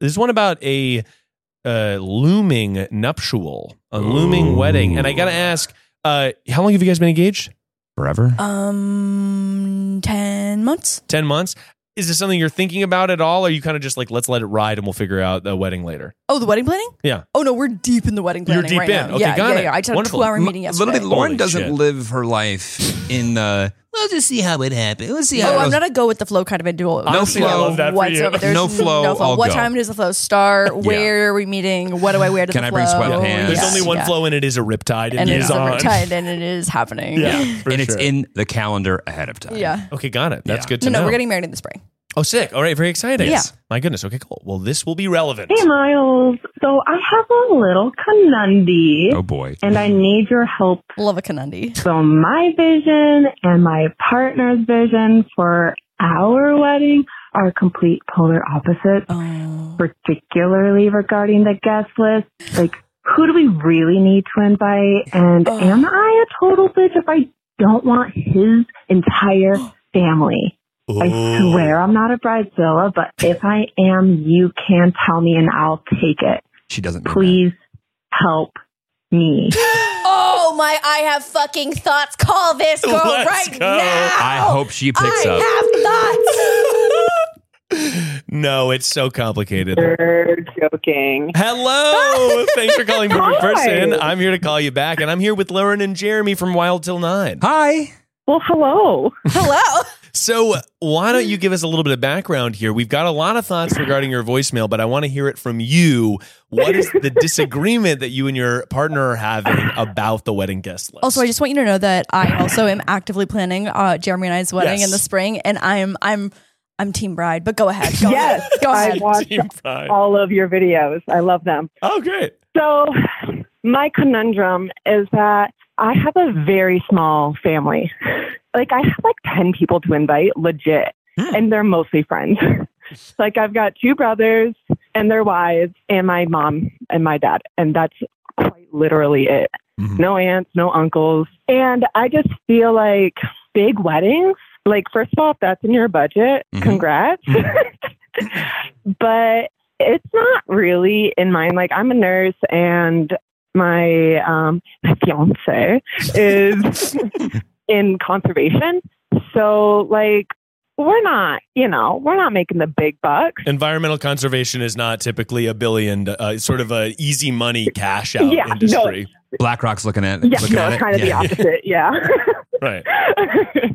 D: There's one about a uh, looming nuptial, a looming wedding. And I got to ask, uh, how long have you guys been engaged?
C: Forever?
B: Um, 10 months?
D: 10 months? Is this something you're thinking about at all? Or are you kind of just like, let's let it ride and we'll figure out the wedding later?
B: Oh, the wedding planning?
D: Yeah.
B: Oh, no, we're deep in the wedding
D: You're
B: planning
D: deep
B: right
D: in.
B: now.
D: Okay,
B: yeah,
D: got
B: yeah,
D: it.
B: yeah. I had
D: Wonderful.
B: a two hour
D: M-
B: meeting yesterday.
C: Little bit Lauren
D: Holy
C: doesn't
D: shit.
C: live her life in the. We'll just see how it happens. We'll see how
B: Oh,
C: it
B: I'm
C: goes.
B: not a go with the flow kind of individual.
D: No Honestly, I flow. love that for you.
B: whatsoever. There's
C: No flow, I'll
B: What
C: go.
B: time does the flow start? Where are we meeting? What do I wear to
C: Can
B: the
C: I
B: flow?
C: bring sweatpants?
D: There's
C: Yes.
D: only one
B: yeah.
D: flow and it is a riptide and,
B: And
D: it
B: it's
D: is
B: over
D: on.
B: tight and it is happening.
D: Yeah, for
C: and it's
D: sure.
C: in the calendar ahead of time.
B: Yeah.
D: (laughs) Okay, got it. That's
C: Yeah.
D: good to
B: No, no,
D: know.
B: we're getting married in the spring.
D: oh, sick. All right, very exciting.
B: Yeah.
D: My goodness. Okay, cool. Well, this will be relevant.
E: Hey, Miles. So I have a little conundrum,
C: Oh boy.
E: and I need your help.
B: Love a
D: (laughs)
B: conundrum.
E: So my vision and my partner's vision for our wedding are complete polar opposites,
B: Oh.
E: particularly regarding the guest list. Like, who do we really need to invite? And
B: Oh.
E: am I a total bitch if I don't want his entire family? I swear I'm not a bridezilla, but if I am, you can tell me and I'll take it.
C: She doesn't. mean
E: Please help me.
B: Oh my! I have fucking thoughts. Call this girl
D: Let's
B: right
D: go.
B: now.
C: that. I hope she picks
B: I
C: up.
B: have thoughts.
D: (laughs) (laughs) No, it's so complicated.
E: You're joking.
D: Hello. Thanks for calling Perfect
E: Hi.
D: Person. I'm here to call you back, and I'm here with Lauren and Jeremy from Wild Till Nine.
C: Hi.
E: Well, hello.
B: Hello.
D: So, why don't you give us a little bit of background here? We've got a lot of thoughts regarding your voicemail, but I want to hear it from you. What is the disagreement that you and your partner are having about the wedding guest list?
B: Also, I just want you to know that I also am actively planning uh, Jeremy and I's wedding
D: Yes.
B: in the spring, and I'm I'm I'm team bride. But go ahead. Go
E: Yes,
B: ahead. Go
E: I
B: (laughs) ahead.
E: watched
D: Team Pride.
E: all of your videos. I love them.
D: Oh, great.
E: So, my conundrum is that I have a very small family. Like, I have like 10 people to invite, legit, and they're mostly friends.
D: (laughs) Like I've got two brothers and their wives and my mom and my dad. And that's quite literally it.
A: Mhm.
D: No aunts, no uncles. And I just feel like big weddings, like first of all, if that's in your budget,
C: Mhm.
D: congrats. (laughs) but it's not really in mine. Like I'm a nurse and my um fiance is in conservation. So like we're not, you know, we're not making the big bucks.
A: Environmental conservation is not typically a billion, uh, it's sort of a easy money cash out
D: Yeah, no.
A: industry.
C: BlackRock's looking at it.
D: Yeah,
C: looking
D: no,
C: at it.
D: it's kind of the
C: Yeah.
D: opposite. Yeah. (laughs)
A: Right.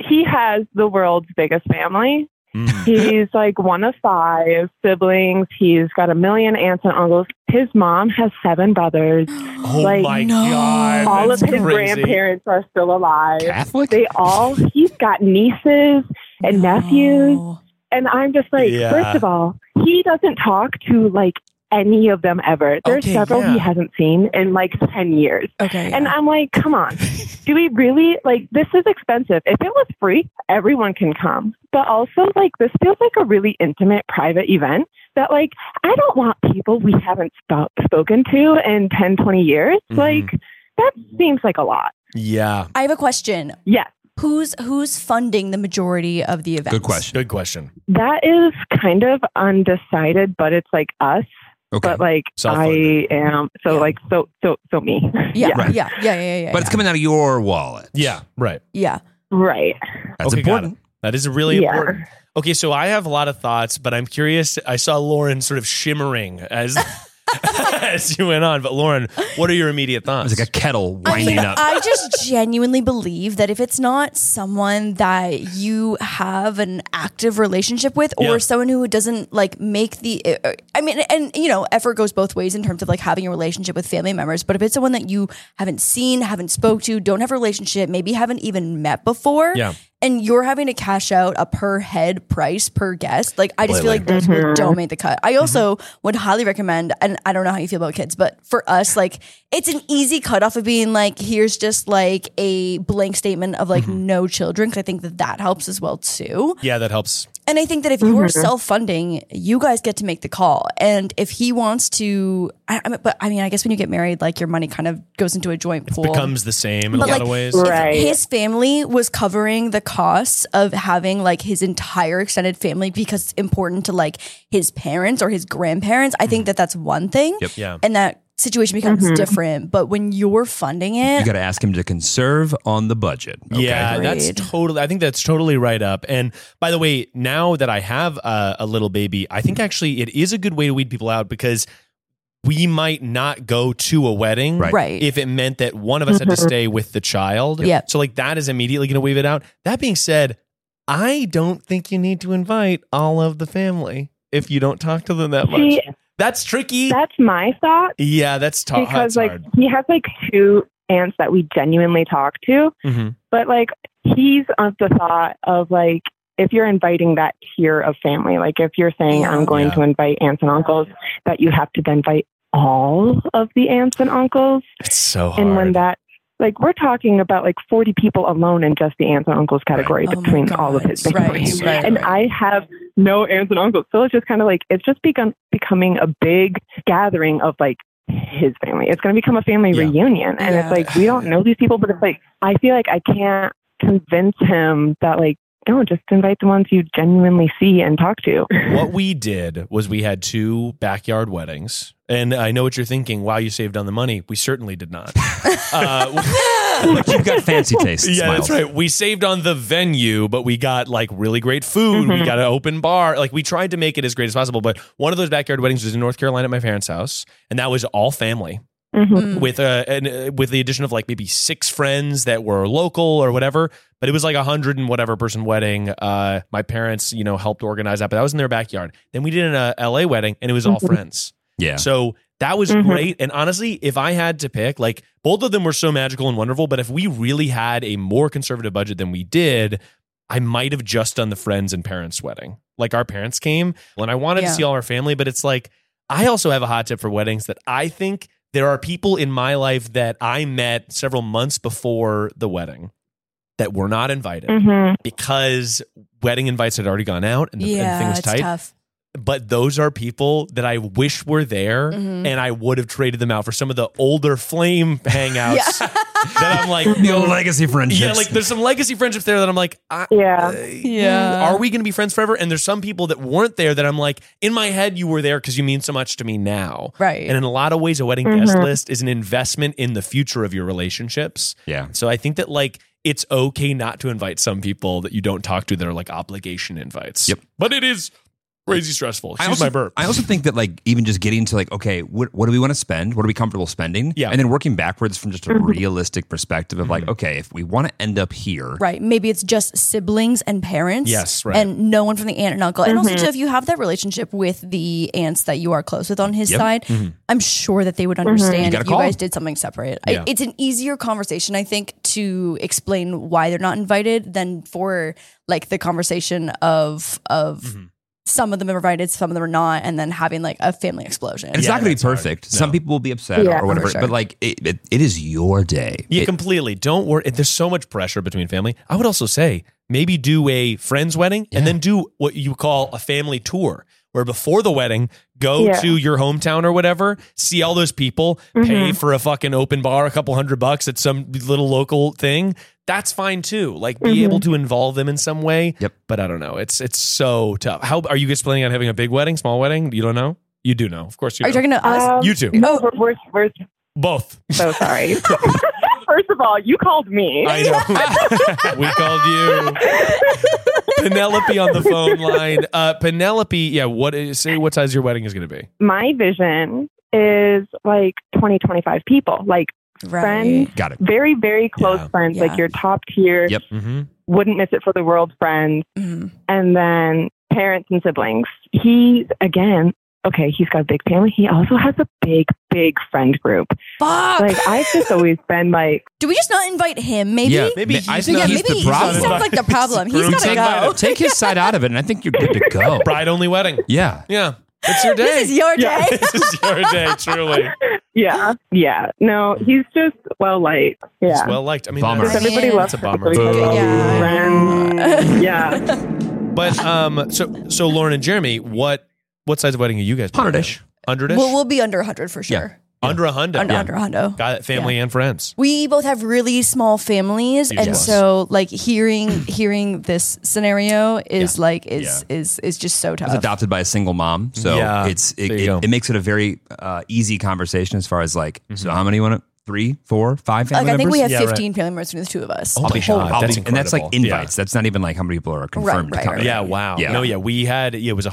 D: he has the world's biggest family.
A: Mm.
D: He's like one of five siblings. He's got a million aunts and uncles. His mom has seven brothers.
A: Oh
D: Like,
A: my
B: no.
A: God.
D: all of
A: that's
D: his
A: crazy.
D: grandparents are still alive.
C: Catholic?
D: They all, he's got nieces and nephews.
B: Oh,
D: And I'm just like,
A: Yeah.
D: first of all, he doesn't talk to like any of them ever. There's
A: Okay,
D: several
A: yeah.
D: he hasn't seen in like 10 years.
B: Okay.
D: And I'm like, come on. Do we really like this is expensive. If it was free, everyone can come. But also like this feels like a really intimate private event that like I don't want people we haven't sp- spoken to in 10, 20 years.
A: Mhm.
D: Like that seems like a lot.
A: Yeah.
B: I have a question.
D: Yes,
B: Who's who's funding the majority of the event?
C: Good question.
A: Good question.
D: that is kind of undecided, but it's like us.
C: Okay.
D: But like I
A: Self-funded.
D: am so
B: Yeah.
D: like so so so me.
B: Yeah,
D: (laughs)
B: yeah,
C: Right.
B: yeah, yeah, yeah, yeah.
C: but it's coming out of your wallet.
A: Yeah. Right.
B: yeah.
D: Right.
C: That's
A: Okay, got
C: important.
A: That is really
D: Yeah.
A: important. Okay, so I have a lot of thoughts, but I'm curious. I saw Lauren sort of shimmering
B: (laughs)
A: as (laughs) as you went on. But Lauren, what are your immediate thoughts?
C: It's like a kettle
B: I
C: winding
B: mean,
C: up.
B: I just genuinely believe that if it's not someone that you have an active relationship with, or
A: Yeah.
B: someone who doesn't like make the, uh, I mean, and you know, effort goes both ways in terms of like having a relationship with family members. But if it's someone that you haven't seen, haven't spoke to, don't have a relationship, maybe haven't even met before,
A: Yeah.
B: and you're having to cash out a per head price per guest, like I just feel like those people don't make the cut. I also would highly recommend, and I don't know how you feel about kids, but for us, like it's an easy cutoff of being like, here's just like a blank statement of like no children, because I think that that helps as well too.
A: yeah, that helps.
B: And I think that if you're self funding, you guys get to make the call. And if he wants to, I, I mean, but I mean, I guess when you get married, like your money kind of goes into a joint pool.
A: Becomes the same in
B: But
A: a lot
B: like-
A: of ways.
B: If
D: Right.
B: His family was covering the costs of having like his entire extended family because it's important to like his parents or his grandparents. I
A: Mm-hmm.
B: think that that's one thing.
C: Yep.
A: Yeah.
B: And that situation becomes
D: Mm-hmm.
B: different. But when you're funding
C: You
B: it,
C: got to ask him to conserve on the budget. okay?
A: Yeah, that's
B: Agreed.
A: totally. I think that's totally right up. And by the way, now that I have a, a little baby, I think actually it is a good way to weed people out because we might not go to a wedding
C: Right.
B: Right. Mm-hmm.
A: if it meant that one of us had to stay with the child.
B: Yep.
A: So like that is immediately going to wave it out. That being said, I don't think you need to invite all of the family if you don't talk to them that much.
D: See,
A: that's tricky.
D: that's my thought
A: yeah, that's tough.
D: because like he has like two aunts that we genuinely talk to.
A: Mm-hmm.
D: But like he's of the thought of like if you're inviting that tier of family, like if you're saying I'm going
A: Yeah.
D: to invite aunts and uncles, that you have to then invite all of the aunts and uncles.
A: it's so hard.
D: And when that like we're talking about like 40 people alone in just the aunts and uncles category
B: Right. Oh my
D: between all of
B: God.
D: his family.
B: Right, right,
D: and
B: right.
D: I have no aunts and uncles. So it's just kind of like it's just become becoming a big gathering of like his family. It's going to become a family
A: Yeah.
D: reunion and
B: Yeah.
D: it's like we don't know these people but it's like I feel like I can't convince him that like no, just invite the ones you genuinely see and talk to.
A: what we did was we had two backyard weddings. And I know what you're thinking. Wow, you saved on the money. We certainly did
B: (laughs)
A: not. uh,
C: But you've got
A: (laughs)
C: fancy tastes.
A: yeah,
C: Miles.
A: that's right. We saved on the venue, but we got like really great food. We got an open bar. Like we tried to make it as great as possible. But one of those backyard weddings was in North Carolina at my parents' house, and that was all family
D: Mhm.
B: Mm.
A: with uh, and, uh, with the addition of like maybe six friends that were local or whatever. But it was like a hundred and whatever person wedding. Uh, my parents, you know, helped organize that, but that was in their backyard. Then we did an uh, LA wedding, and it was all friends.
C: Yeah.
A: So that was
B: Mm-hmm.
D: Mhm.
A: great. And honestly, if I had to pick, like both of them were so magical and wonderful, but if we really had a more conservative budget than we did, I might have just done the friends and parents wedding. Like our parents came and I wanted
B: Yeah.
A: to see all our family, but it's like I also have a hot tip for weddings that I think there are people in my life that I met several months before the wedding that were not invited
B: Mm.
D: Mhm.
A: because wedding invites had already gone out and the, and the
B: yeah,
A: thing was
B: it's
A: tight
B: tough.
A: but those are people that I wish were there,
B: Mm-hmm.
A: and I would have traded them out for some of the older flame (laughs) hangouts that I'm
C: (laughs)
A: like,
C: The old legacy friendships.
A: yeah, like there's some legacy friendships there that I'm like, I, uh, mm,
D: Yeah.
B: Yeah.
A: are we going to be friends forever? And there's some people that weren't there that I'm like, in my head, you were there because you mean so much to me now.
B: Right. Mm-hmm.
A: And in a lot of ways, a wedding guest list is an investment in the future of your relationships.
C: Yeah.
A: So I think that like it's okay not to invite some people that you don't talk to that are like obligation invites.
C: Yep.
A: But it is crazy stressful. Excuse
C: I also,
A: my burp.
C: I also think that like even just getting to like okay, what what do we want to spend? What are we comfortable spending?
A: Yeah. Mm-hmm.
C: and then working backwards from just a
B: Mm-hmm.
C: realistic perspective of like okay, if we want to end up here,
B: Right. Maybe it's just siblings and parents.
A: Yes, right.
B: And no one from the aunt and uncle. And also, too, if you have that relationship with the aunts that you are close with on his
C: Yep.
B: side, I'm sure that they would
C: You
B: understand
C: gotta
B: if you
C: call.
B: guys did something separate. I-
A: Yeah.
B: it's an easier conversation, I think, to explain why they're not invited than for like the conversation of of some of them are invited, some of them are not, and then having like a family explosion.
C: and it's
A: Yeah,
C: not going to
A: that's
C: be
A: hard.
C: perfect.
A: No.
C: Some people will be upset or-
D: Yeah.
C: or whatever,
B: sure.
C: but like it, it, it is your day.
A: Yeah,
C: It-
A: completely. Don't worry. There's so much pressure between family. I would also say maybe do a friend's wedding and then do what you call a family tour, where before the wedding, go
D: Yeah.
A: to your hometown or whatever, see all those people, pay for a fucking open bar, a couple hundred bucks at some little local thing. That's fine too. Like be able to involve them in some way.
C: Yep.
A: But I don't know. It's it's so tough. How are you guys planning on having a big wedding, small wedding? You don't know? You do know. Of course you
B: are you
A: know.
B: talking to us?
D: Um,
A: Uh, You too.
D: No, we're, we're, we're
A: Both. (laughs)
D: so sorry. First of all, you called me.
A: I
B: (laughs)
A: know. (laughs) we called you. Penelope on the phone line. Uh, Penelope, yeah, what is, say what size your wedding is going to be?
D: My vision is like 20, 25 people, like friends,
C: Got it.
D: very, very close
A: Yeah.
D: friends,
B: Yeah.
D: like your top tier,
C: Yep.
A: Mm-hmm.
D: wouldn't miss it for the world friends,
B: Mhm.
D: and then parents and siblings. He, again, okay, he's got a big family. He also has a big, big friend group.
B: Fuck.
D: Like, I've just always been like,
B: Do we just not invite him? Maybe.
C: Yeah.
A: Maybe
C: I
A: he's
C: think
A: not-
B: Yeah,
C: he's
B: maybe
C: the
B: he
C: problem.
A: (laughs)
B: sounds like the problem. He's
A: Groom
B: gotta
A: take
B: go.
A: mine.
C: Take his side out of it, and I think you're good to
A: (laughs)
C: go.
A: Bride only wedding.
C: Yeah.
A: Yeah, it's your day.
B: This is your
D: Yeah.
B: day.
A: (laughs) This is your day, truly.
D: yeah, yeah. No, he's just well liked.
A: It's
D: Yeah.
A: well liked. I mean,
C: Bummer.
D: Just
A: that's-
D: everybody
B: Man.
D: loves
A: That's a
D: him, so
A: bummer.
D: he's got
C: Boo.
D: a friend. Yeah.
A: but um, so so Lauren and Jeremy, what what size wedding are you guys? planning?
C: 100-ish.
A: hundredish,
B: Well, we'll be under 100 for sure.
A: under a hundred.
B: Under, under 100.
A: Got it, family and friends.
B: We both have really small families,
A: Huge
B: and
A: plus.
B: so like hearing (clears throat) hearing this scenario is like is, is is just so
C: I was
B: tough.
C: adopted by a single mom, so
A: Yeah.
C: it's it,
A: There you go.
C: it, it makes it a very uh, easy conversation as far as like
A: Mm-hmm.
C: so how many want to three, four, five family
B: Like I
C: members.
B: think we have
A: Yeah, right.
B: 15 family members between the two of us.
A: Oh
C: I'll
A: my
C: be shocked.
A: God,
C: I'll
A: that's
C: be- and that's like
A: incredible. Yeah.
C: invites. That's not even like how many people are confirmed.
B: right,
C: to come.
B: right.
A: Yeah, wow.
C: Yeah.
A: No, yeah, we had yeah, it was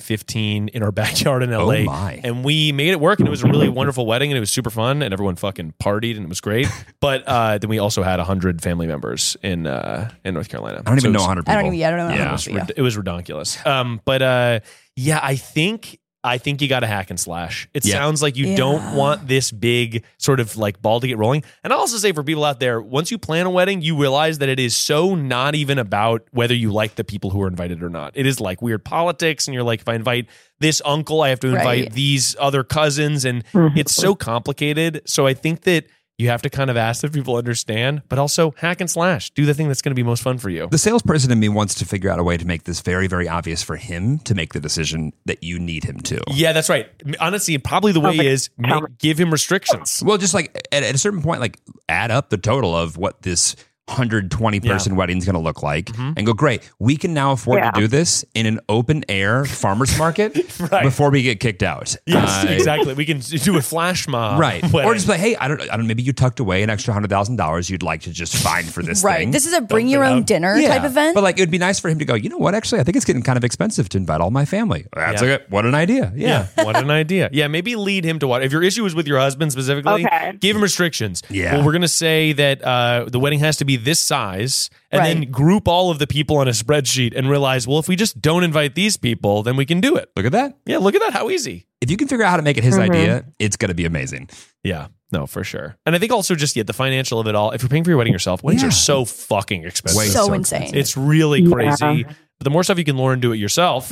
A: 115 in our (laughs) backyard in LA.
C: Oh, my.
A: And we made it work and it was a really wonderful wedding and it was super fun and everyone fucking partied and it was
C: (laughs)
A: great. But uh then we also had 100 family members in uh in North Carolina.
C: I don't even know
A: it was,
C: 100 people.
B: I don't even. Yeah, I don't know.
C: Yeah.
A: it
B: how much,
A: was,
B: but yeah.
A: rid- it was redonkulous. Um but uh yeah, I think I think you got to hack and slash. It
C: Yeah.
A: sounds like you
B: Yeah.
A: don't want this big sort of like ball to get rolling. And I'll also say for people out there, once you plan a wedding, you realize that it is so not even about whether you like the people who are invited or not. It is like weird politics. And you're like, if I invite this uncle, I have to invite
B: Right.
A: these other cousins. And
C: Mm-hmm.
A: it's so complicated. So I think that you have to kind of ask if people understand, but also hack and slash. Do the thing that's going to be most fun for you.
C: The salesperson in me wants to figure out a way to make this very, very obvious for him to make the decision that you need him to.
A: Yeah, that's right. Honestly, probably the way is make, give him restrictions.
C: Well, just like at, at a certain point, like add up the total of what this 120 person wedding is going to look like and go, great, we can now afford to
D: Yeah.
C: do this in an open air (laughs) farmer's market
A: Right.
C: before we get kicked out.
A: Yes,
C: Uh,
A: exactly. We can do a flash mob.
C: Right.
A: wedding.
C: Or just like, hey, I don't, I don't, maybe you tucked away an extra $100,000 you'd like to just find for this
B: Right.
C: thing.
B: This is a bring your
A: it
B: own
A: out.
B: dinner
C: Yeah.
B: type event. (sighs)
C: But like, it would be nice for him to go, you know what? Actually, I think it's getting kind of expensive to invite all my family. That's
A: Yeah.
C: okay. What an idea.
A: yeah.
C: Yeah.
A: what an idea. Yeah, maybe lead him to what if your issue is with your husband specifically,
D: Okay.
A: give him restrictions.
C: Yeah.
A: Well, we're gonna say that uh, the wedding has to be this size and then
B: Right.
A: group all of the people on a spreadsheet and realize, well, if we just don't invite these people, then we can do it.
C: Look at that.
A: Yeah, look at that, how easy.
C: If you can figure out how to make it his
B: Mm-hmm.
C: idea, it's going to be amazing.
A: Yeah, no, for sure. And I think also just yeah, the financial of it all. If you're paying for your wedding yourself, weddings
C: Yeah.
A: are so fucking expensive.
C: Way
B: so
C: so
B: insane.
A: It's really
D: Yeah. Mm-hmm.
A: crazy. But the more stuff you can learn do it yourself,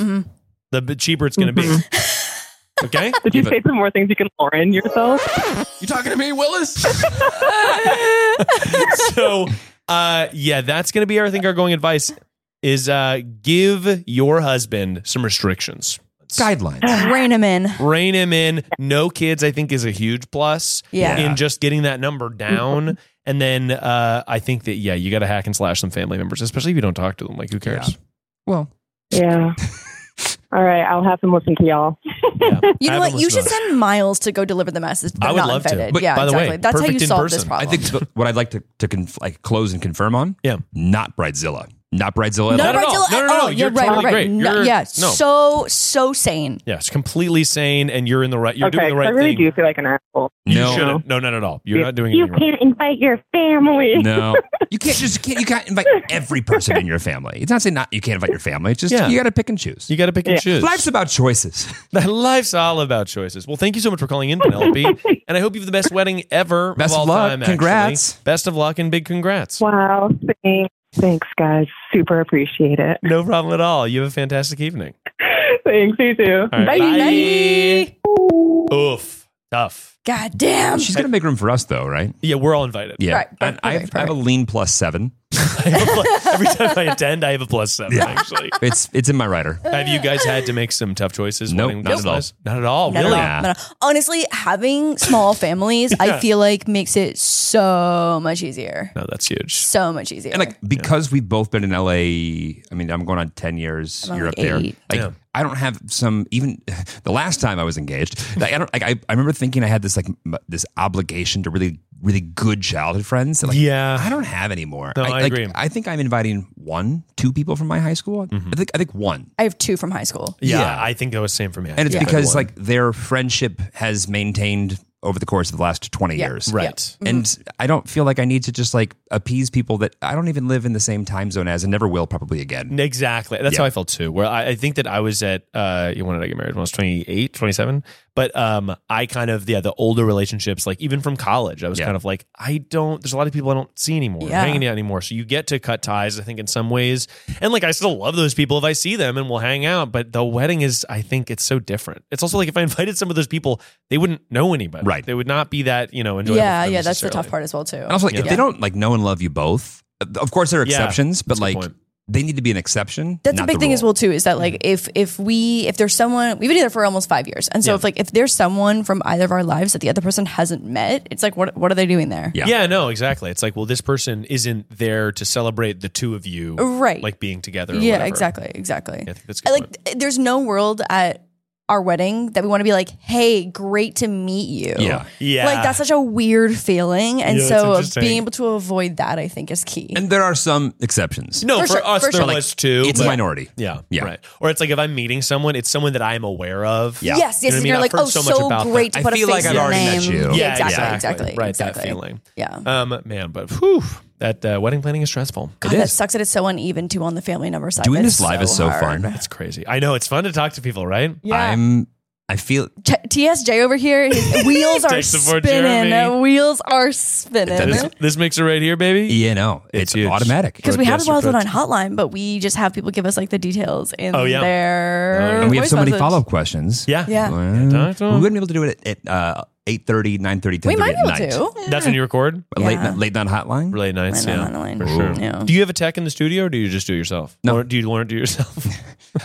A: the b- cheaper it's going to be. (laughs) Okay?
D: (laughs) Did you say some more things you can learn yourself?
C: You talking to me, Willis?
A: so, uh, yeah, that's going to be our, I think, our going advice is uh, give your husband some restrictions. parents.
C: (laughs) Guidelines.
B: Rein him in.
A: (sighs) Rein him in. No kids, I think, is a huge plus.
B: Yeah.
A: In just getting that number
B: (laughs)
A: down. And then uh, I think that, yeah, you got to hack and slash some family members, especially if you don't talk to them. Like, who cares?
C: Well,
D: Yeah. All right, I'll have him listen to y'all.
A: Yeah.
B: (laughs) You
A: I
B: know
A: haven't
B: what? You
A: listened to
B: should
A: that.
B: send Miles to go deliver the message.
A: I
B: They're
A: would
B: not
A: love to.
B: invited.
A: But
B: yeah,
A: by the way,
B: exactly. That's how you
A: perfect in
B: solve this
A: person. I
B: problem.
C: I think
A: (laughs)
C: th- what I'd like to to conf- like close and confirm on.
A: um, Yeah.
C: Not Bridezilla. Not
A: Not
C: Bridezilla.
B: No, no,
A: at
B: right,
A: all.
B: Dylan,
A: No, no,
B: at
A: no,
B: all.
A: you're
B: oh, You're right,
A: totally
B: right,
A: great.
B: No,
A: You're-
B: yeah,
A: no.
B: so so sane.
A: Yes, completely sane, and you're in the right. You're
D: okay,
A: doing the
D: 'cause
A: right
D: I really
A: thing.
D: do feel like an asshole.
A: You
C: No.
A: shouldn't. No, not at all. You're not doing
D: You
A: anything wrong.
D: can't invite your family.
C: (laughs) No, you can't just can't, you can't invite every person in your family. It's not saying not you can't invite your family. It's just
A: Yeah.
C: you got to pick and choose.
A: You got to pick and
D: Yeah.
A: choose. (laughs)
C: Life's about choices.
A: Life's all about choices. Well, thank you so much for calling in,
D: (laughs)
A: Penelope, and I hope you have the best wedding ever.
C: Best
A: of
C: of
A: all
C: luck.
A: Time, actually.
C: Congrats.
A: Best of luck and big congrats.
D: Wow, thanks. Thanks, guys. Super appreciate it.
A: No problem at all. You have a fantastic evening.
D: (laughs) Thanks, you too.
A: All right,
B: Bye.
A: bye. Oof. Tough.
B: God damn.
C: She's gonna make room for us though, right?
A: Yeah, we're all invited. (laughs)
C: Yeah.
B: Right.
C: And I, have, I have a lean plus seven.
A: Every time I attend, I have a plus seven. Actually,
C: It's it's in my writer.
A: have you guys had to make some tough choices?
C: Nope,
A: wedding
C: not at all.
A: business-wise? Not at all.
B: Not at
A: really?
B: all, not at all. Honestly, having small families,
A: (laughs)
B: I feel like makes it so much easier.
A: No, that's huge.
B: So much easier.
C: And like because we've both been in LA, I mean, I'm going on ten years.
B: I'm on,
C: You're
B: like,
C: up there.
B: eight.
C: Like
A: Yeah.
C: I don't have some even (laughs) the last time I was engaged. Like I don't. Like I, I remember thinking I had this like m- this obligation to really really good childhood friends. Like,
A: Yeah.
C: I don't have any more.
A: No, I
C: like,
A: agree.
C: I think I'm inviting one, two people from my high school.
A: Mm-hmm.
C: I think I think one.
B: I have two from high school.
A: Yeah,
C: Yeah.
A: I think that was same for me. I
C: And it's
A: think I had
C: because
A: one.
C: like their friendship has maintained over the course of the last 20
B: Yeah. Mm-hmm.
C: years.
A: right.
C: And I don't feel like I need to just like appease people that I don't even live in the same time zone as and never will probably again.
A: Exactly. That's
C: Yeah.
A: how I felt too. Where I, I think that I was at, uh, you wanted to get married when I was 28, 27. But um, I kind of, yeah, the older relationships, like even from college, I was
C: Yeah.
A: kind of like, I don't, there's a lot of people I don't see anymore,
B: Yeah.
A: hanging out anymore. So you get to cut ties, I think, in some ways. And like, I still love those people if I see them and we'll hang out. But the wedding is, I think it's so different. It's also like if I invited some of those people, they wouldn't know anybody.
C: Right.
A: They would not be that, you know, enjoyable.
B: Yeah,
A: for them
B: yeah, that's the
A: necessarily.
B: tough part as well too.
C: And also, like, if
A: Yeah.
C: they don't like know and love you both, of course there are
A: Yeah.
C: exceptions, but
A: That's a good
C: like
A: point.
C: they need to be an exception.
B: That's
C: not
B: a big
C: the
B: thing
C: rule.
B: as well too. Is that like
A: Mm-hmm.
B: if if we if there's someone we've been together for almost five years, and so
A: Yeah.
B: if like if there's someone from either of our lives that the other person hasn't met, it's like what what are they doing there?
C: Yeah.
A: Yeah. no, exactly. It's like, well, this person isn't there to celebrate the two of you,
B: Right.
A: Like being together. or
B: Yeah,
A: whatever.
B: exactly, exactly.
A: Yeah, I think that's a
B: I
A: good.
B: like
A: point.
B: th- there's no world at our wedding that we want to be like, hey, great to meet you.
C: Yeah.
A: Yeah.
B: Like that's such a weird feeling. And
A: Yeah, that's
B: so
A: interesting.
B: being able to avoid that I think is key.
C: And there are some exceptions.
A: no,
B: for
A: for,
B: sure,
A: us
B: for
A: there
B: sure.
A: was two.
C: it's a
A: but-
C: minority.
A: Yeah,
C: Yeah.
A: right. Or it's like if I'm meeting someone, it's someone that I'm aware of.
C: Yeah.
B: Yes,
A: You
B: yes,
A: know what I
B: and
A: mean?
B: you're
A: I've
B: like,
A: heard
B: oh,
A: so
B: so,
A: much about
B: great
C: that.
B: to put
C: I
B: a
C: feel
B: face
C: like
B: to
C: I've
B: your
C: already met
B: name.
C: you.
A: Yeah,
B: exactly,
A: exactly.
B: exactly.
A: Right,
B: exactly.
A: that feeling.
B: Yeah.
A: Um, man, but whew, that uh, wedding planning is stressful.
B: God, that sucks that it's so uneven too on the family number side.
C: Doing
B: That
C: this live is so
B: hard.
C: fun.
A: It's crazy. I know it's fun to talk to people, right?
B: Yeah.
C: I'm I feel
B: T- TSJ over here,
A: (laughs)
B: his wheels are
A: Tech support
B: spinning.
A: Jeremy.
B: Uh, Wheels are spinning.
A: This, this mixer right here, baby.
C: you know,
A: It's
C: it's,
A: huge.
C: automatic.
B: Because we have a
A: Broadcaster
B: Wildwood on hotline, but we just have people give us like the details in
A: Oh, yeah.
B: their.
C: and we have
B: voice
C: so many
B: message.
C: follow up questions.
A: Yeah.
B: Yeah.
C: Well,
A: that's all.
C: we wouldn't be able to do it at, at uh, 8.30, 9.30, 10.30
B: We might be
C: at
B: able
C: night.
B: to.
A: That's when you record.
C: A Late,
B: Yeah.
C: night, late night hotline?
A: Late nights,
B: Late
A: yeah,
B: night hotline.
A: for sure.
B: Ooh. Yeah.
A: Do you have a tech in the studio, or do you just do it yourself?
C: No.
A: Or do you learn to do
B: (laughs)
A: yourself?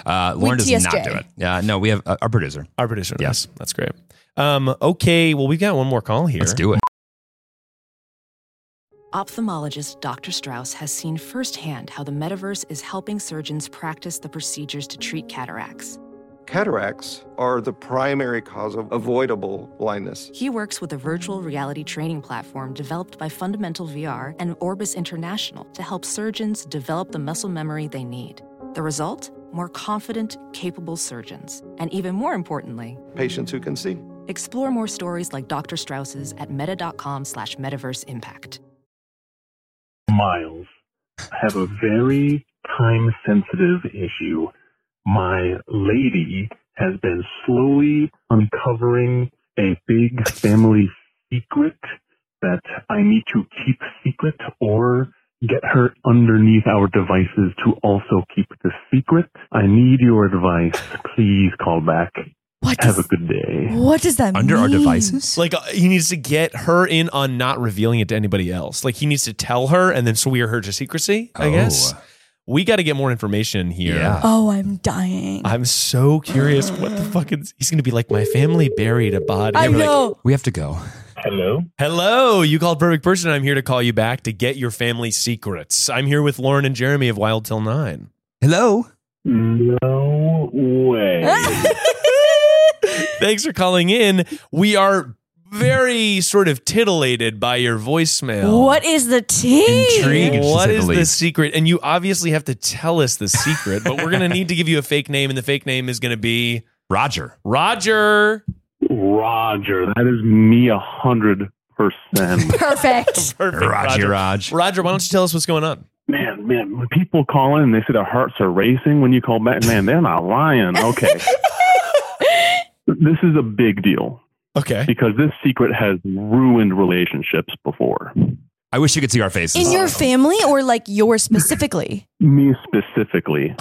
C: Uh, Lauren does
B: TSJ.
C: not do it. Yeah, no, we have uh, our producer.
A: Our producer.
C: Yeah.
A: Yes, that's great. Um, okay, well, we've got one more call here.
C: Let's do it.
F: Ophthalmologist Dr. Strauss has seen firsthand how the metaverse is helping surgeons practice the procedures to treat cataracts.
G: Cataracts are the primary cause of avoidable blindness.
F: He works with a virtual reality training platform developed by Fundamental VR and Orbis International to help surgeons develop the muscle memory they need. The result? More confident, capable surgeons. And even more importantly,
G: Patients who can see.
F: explore more stories like Dr. Strauss's at meta.com slash metaverse impact.
E: Miles, I have a very time sensitive issue. My lady has been slowly uncovering a big family secret that I need to keep secret or get her underneath our devices to also keep the secret. I need your advice. Please call back.
B: What
E: Have a
B: does,
E: good day.
B: what does that
C: Under
B: mean?
C: our devices?
A: Like uh, he needs to get her in on not revealing it to anybody else. Like he needs to tell her and then swear her to secrecy. I
C: Oh.
A: guess. we got to get more information here.
C: Yeah.
B: Oh, I'm dying.
A: I'm so curious what the fuck is he's gonna be like, my family buried a body.
B: I
A: We're like,
B: know.
A: (laughs)
C: We have to go.
D: Hello?
A: Hello, you called perfect person. I'm here to call you back to get your family secrets. I'm here with Lauren and Jeremy of Wild Till Nine.
C: Hello.
D: No way.
A: Thanks for calling in. We are very sort of titillated by your voicemail.
B: (laughs) what is the tea?
C: Intrigued. to
A: What
C: say the
A: is the
C: least.
A: secret? And you obviously have to tell us the secret, but we're going to need to give you a fake name, and the fake name is going to be
C: Roger.
A: Roger.
D: Roger, that is me a hundred percent.
A: (laughs)
B: Perfect.
A: Perfect.
C: Roger, Raj.
A: Roger, why don't you tell us what's going on?
D: (laughs) Man, man, when people call in and they say their hearts are racing when you call back. Man, they're not (laughs) lying. Okay. this is a big deal
A: Okay.
D: because this secret has ruined relationships before.
C: I wish you could see our faces.
B: In your family or like yours specifically? (gasps) Oh.
D: Me specifically.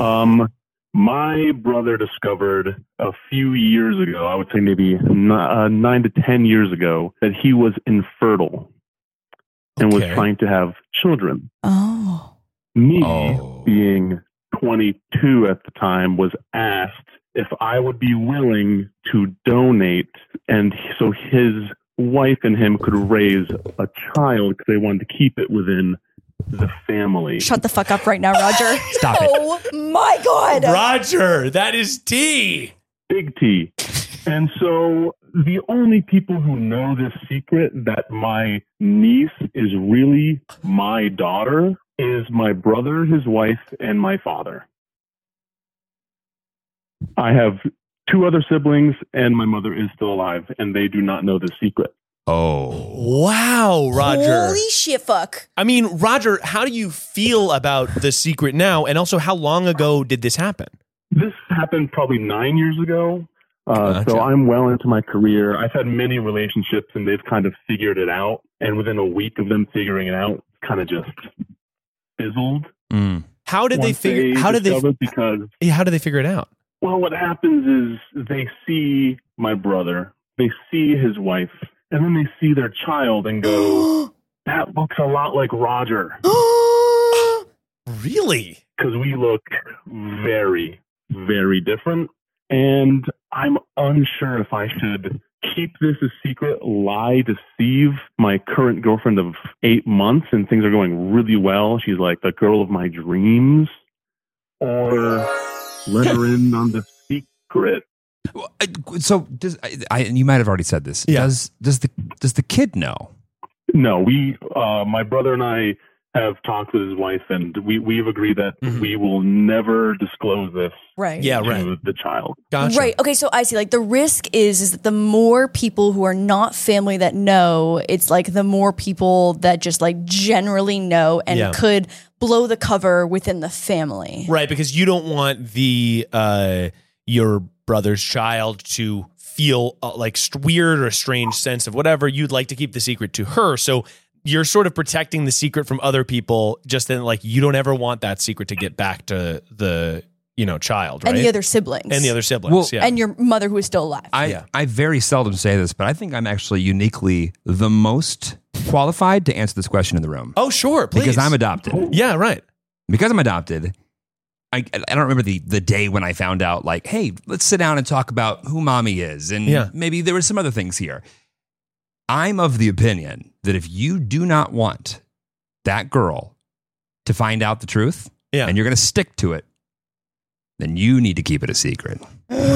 D: um, my brother discovered a few years ago, I would say maybe n- uh, nine to 10 years ago, that he was infertile and
A: Okay.
D: was trying to have children.
B: Oh.
D: Me,
C: Oh.
D: being 22 at the time, was asked if I would be willing to donate, and so his wife and him could raise a child because they wanted to keep it within the family.
B: Shut the fuck up right now, Roger.
C: Stop it.
B: oh my god.
A: Roger, that is T.
D: Big T. And so the only people who know this secret that my niece is really my daughter is my brother, his wife, and my father. I have two other siblings, and my mother is still alive, and they do not know this secret.
C: Oh.
A: Wow, Roger.
B: Holy shit fuck.
A: I mean, Roger, how do you feel about the secret now? And also, how long ago did this happen?
D: This happened probably nine years ago. Uh,
C: Gotcha.
D: So I'm well into my career. I've had many relationships, and they've kind of figured it out. And within a week of them figuring it out, kind of just fizzled.
C: Mm.
A: How did they
D: Once
A: figure? How did they?
D: discovered Because
A: yeah, How did they figure it out?
D: well, what happens is they see my brother, they see his wife, and then they see their child and go,
A: (gasps)
D: "That looks a lot like Roger,"
A: Really?
D: because we look very, very different. And I'm unsure if I should keep this a secret, lie, deceive my current girlfriend of eight months, and things are going really well. She's like the girl of my dreams, or let her in on the secret.
C: Well, I- So does I, I? and You might have already said this.
A: Yeah.
C: Does does the does the kid know?
D: No, we, uh, my brother and I have talked with his wife, and we, we've agreed that
A: Mhm.
D: we will never disclose this
B: Right.
A: Yeah,
D: to
A: right.
D: the child.
A: Gotcha.
B: Right. Okay. So I see. Like the risk is, is that the more people who are not family that know, it's like the more people that just like generally know and
A: Yeah.
B: could blow the cover within the family.
A: Right, because you don't want the uh your brother's child to feel uh, like st- weird or strange sense of whatever. You'd like to keep the secret to her, so you're sort of protecting the secret from other people. Just then, like you don't ever want that secret to get back to the you know child, right?
B: And the other siblings.
A: and the other siblings,
C: Well,
A: yeah.
B: And your mother who is still alive.
C: I
A: Yeah.
C: I very seldom say this, but I think I'm actually uniquely the most qualified to answer this question in the room
A: oh, sure, please.
C: because I'm adopted.
A: yeah, right.
C: Because I'm adopted. I, I don't remember the, the day when I found out, like, hey, let's sit down and talk about who mommy is. And
A: Yeah.
C: maybe there were some other things here. I'm of the opinion that if you do not want that girl to find out the truth
A: Yeah.
C: and you're going to stick to it, then you need to keep it a secret.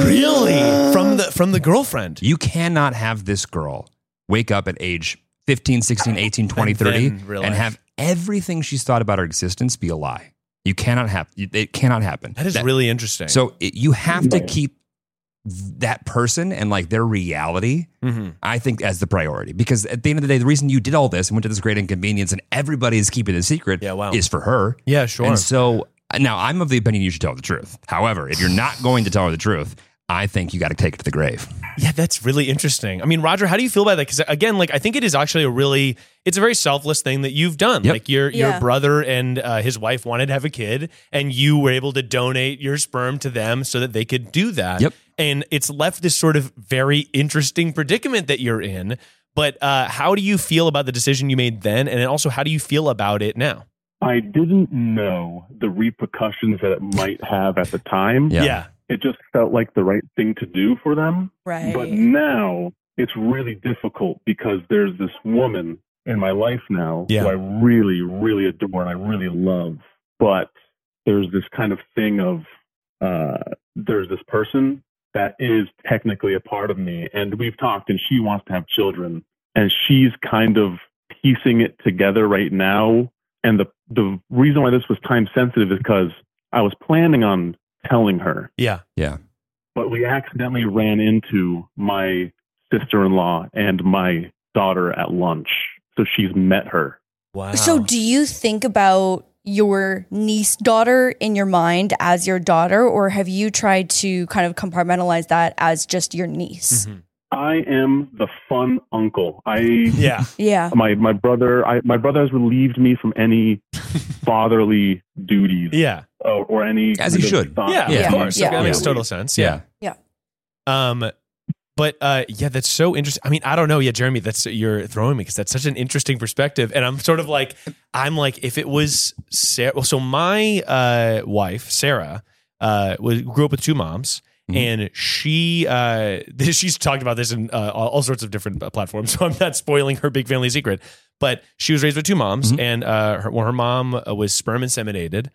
A: Really, from the from the girlfriend,
C: You cannot have this girl wake up at age 15, 16, 18,
A: (laughs)
C: 20,
A: And
C: 30
A: then realize.
C: and have everything she's thought about her existence be a lie. You cannot have it cannot happen.
A: that is really interesting.
C: So it, you have to keep that person and like their reality
A: Mhm.
C: I think as the priority because at the end of the day the reason you did all this and went to this great inconvenience and everybody is keeping the secret
A: Yeah, wow.
C: is for her.
A: yeah, sure.
C: And so now I'm of the opinion you should tell her the truth. However, if you're not going to tell her the truth, I think you got to take it to the grave.
A: Yeah, that's really interesting. I mean, Roger, how do you feel about that? Because again, like I think it is actually a really, it's a very selfless thing that you've done.
C: Yep.
A: Like your your
B: Yeah.
A: brother and uh, his wife wanted to have a kid, and you were able to donate your sperm to them so that they could do that.
C: Yep.
A: And it's left this sort of very interesting predicament that you're in. But uh, how do you feel about the decision you made then, and then also how do you feel about it now?
D: I didn't know the repercussions that it might have at the time.
C: Yeah.
D: It just felt like the right thing to do for them.
B: Right.
D: But now it's really difficult because there's this woman in my life now
A: Yeah.
D: who I really, really adore and I really love. But there's this kind of thing of uh, there's this person that is technically a part of me. And we've talked, and she wants to have children. And she's kind of piecing it together right now. And the, the reason why this was time sensitive is because I was planning on telling her
A: Yeah.
D: but we accidentally ran into my sister in law and my daughter at lunch. So she's met her.
A: Wow.
B: So, do you think about your niece daughter in your mind as your daughter, or have you tried to kind of compartmentalize that as just your niece?
A: Mhm.
D: I am the fun uncle.
A: (laughs)
D: I
A: Yeah.
B: Yeah.
D: my my brother I, my brother has relieved me from
A: (laughs)
D: any fatherly duties
A: Yeah.
D: or, or any
C: As he
D: kind of
C: should.
D: thought.
A: Yeah.
C: Yeah.
A: Of course.
B: Yeah.
A: That makes
D: Uh, Yeah.
A: total sense.
C: Yeah.
A: Yeah. Um, but uh, yeah, that's so interesting. I mean, I don't know. Yeah, Jeremy, that's you're throwing me because that's such an interesting perspective, and I'm sort of like, I'm like, if it was Sarah. Well, so my uh, wife Sarah uh, was grew up with two moms.
C: Mhm.
A: And she, uh, (laughs) this, she's talked about this in uh, all all sorts of different uh, platforms. (laughs) So I'm not spoiling her big family secret. But she was raised with two moms,
C: Mhm.
A: and uh, her, well, her mom uh, was sperm inseminated.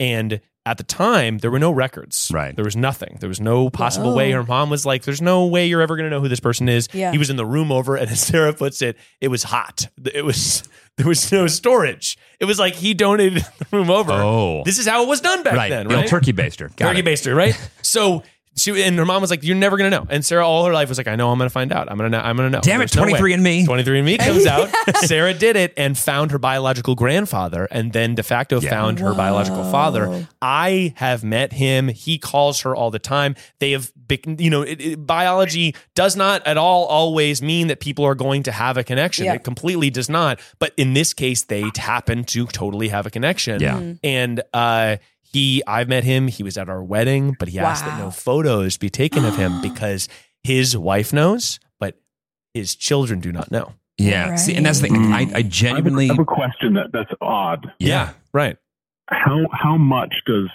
A: And at the time, there were no records.
C: Right.
A: There was nothing. There was no possible way.
B: Whoa.
A: Her mom was like, "There's no way you're ever going to know who this person is."
B: Yeah.
A: He was in the room over, and as Sarah puts it, it was hot. It was there was no storage. It was like he donated (laughs) the room over.
C: Oh.
A: This is how it was done back
C: right.
A: then,
C: The old
A: right?
C: turkey baster. Got
A: turkey
C: it.
A: baster, right?
C: (laughs)
A: so she and her mom was like, "You're never gonna know." And Sarah, all her life, was like, "I know, I'm gonna find out. I'm gonna, know, I'm gonna know."
C: Damn it,
A: There's no way.
C: 23 and me.
A: 23 and
C: (laughs)
A: me comes out. Sarah did it and found her biological grandfather, and then de facto
C: Yeah.
A: found her biological
B: Whoa.
A: father. I have met him. He calls her all the time. They have, bec- you know, it, it- biology does not at all always mean that people are going to have a connection.
B: Yeah.
A: It completely does not. But in this case, they happen to totally have a connection.
C: Yeah.
B: Mm-hmm.
A: And uh, he, I've met him. He was at our wedding, but he asked that
B: Wow.
A: no photos be taken of
B: (gasps)
A: him because his wife knows, but his children do not know.
C: Yeah. See, and that's the thing. I,
A: Mm.
C: I
D: I have, a, I
C: genuinely.
D: have a question that, that's odd.
C: Yeah.
A: Right.
D: How how much does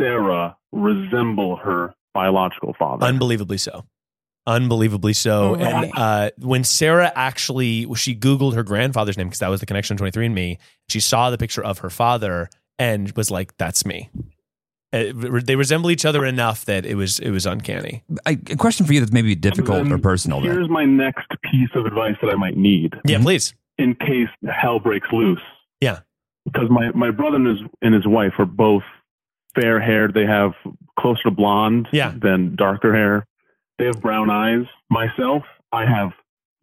D: Sarah resemble her biological father?
A: Unbelievably so. Unbelievably so. And
B: Oh, Right.
A: uh, when Sarah actually, well, she Googled her grandfather's name because that was the connection on 23andMe. She saw the picture of her father and was like, that's me. Uh, they resemble each other enough that it was it was uncanny.
C: I, a question for you that's maybe difficult
D: Then
C: or personal. Then. (laughs)
D: Here's my next piece of advice that I might need.
A: Yeah, please.
D: in case hell breaks loose.
A: Yeah.
D: Because my, my brother and his and his wife are both fair haired. They have closer to blonde
A: Yeah.
D: than darker hair. They have brown eyes. Myself, I have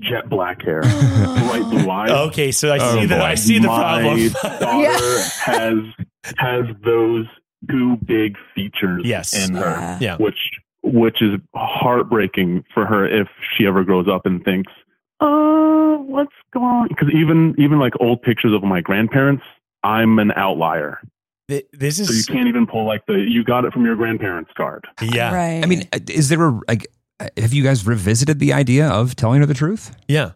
D: jet black hair, bright
A: (laughs)
D: blue eyes.
A: Okay, so I see
C: Oh,
A: the
C: boy.
A: I see the
C: (laughs)
D: my
A: problem. (laughs)
D: daughter
B: Yeah.
D: has has those two big features
A: Yes.
D: in her,
B: Yeah.
A: yeah.
D: which which is heartbreaking for her if she ever grows up and thinks, "Oh, what's going on?" Because even even like old pictures of my grandparents, I'm an outlier,
A: Th- This
D: so you
A: is
D: can't even pull like the "you got it from your grandparents" card.
A: yeah.
B: Right.
C: I mean, uh, is there a like? uh, Have you guys revisited the idea of telling her the truth?
A: Yeah.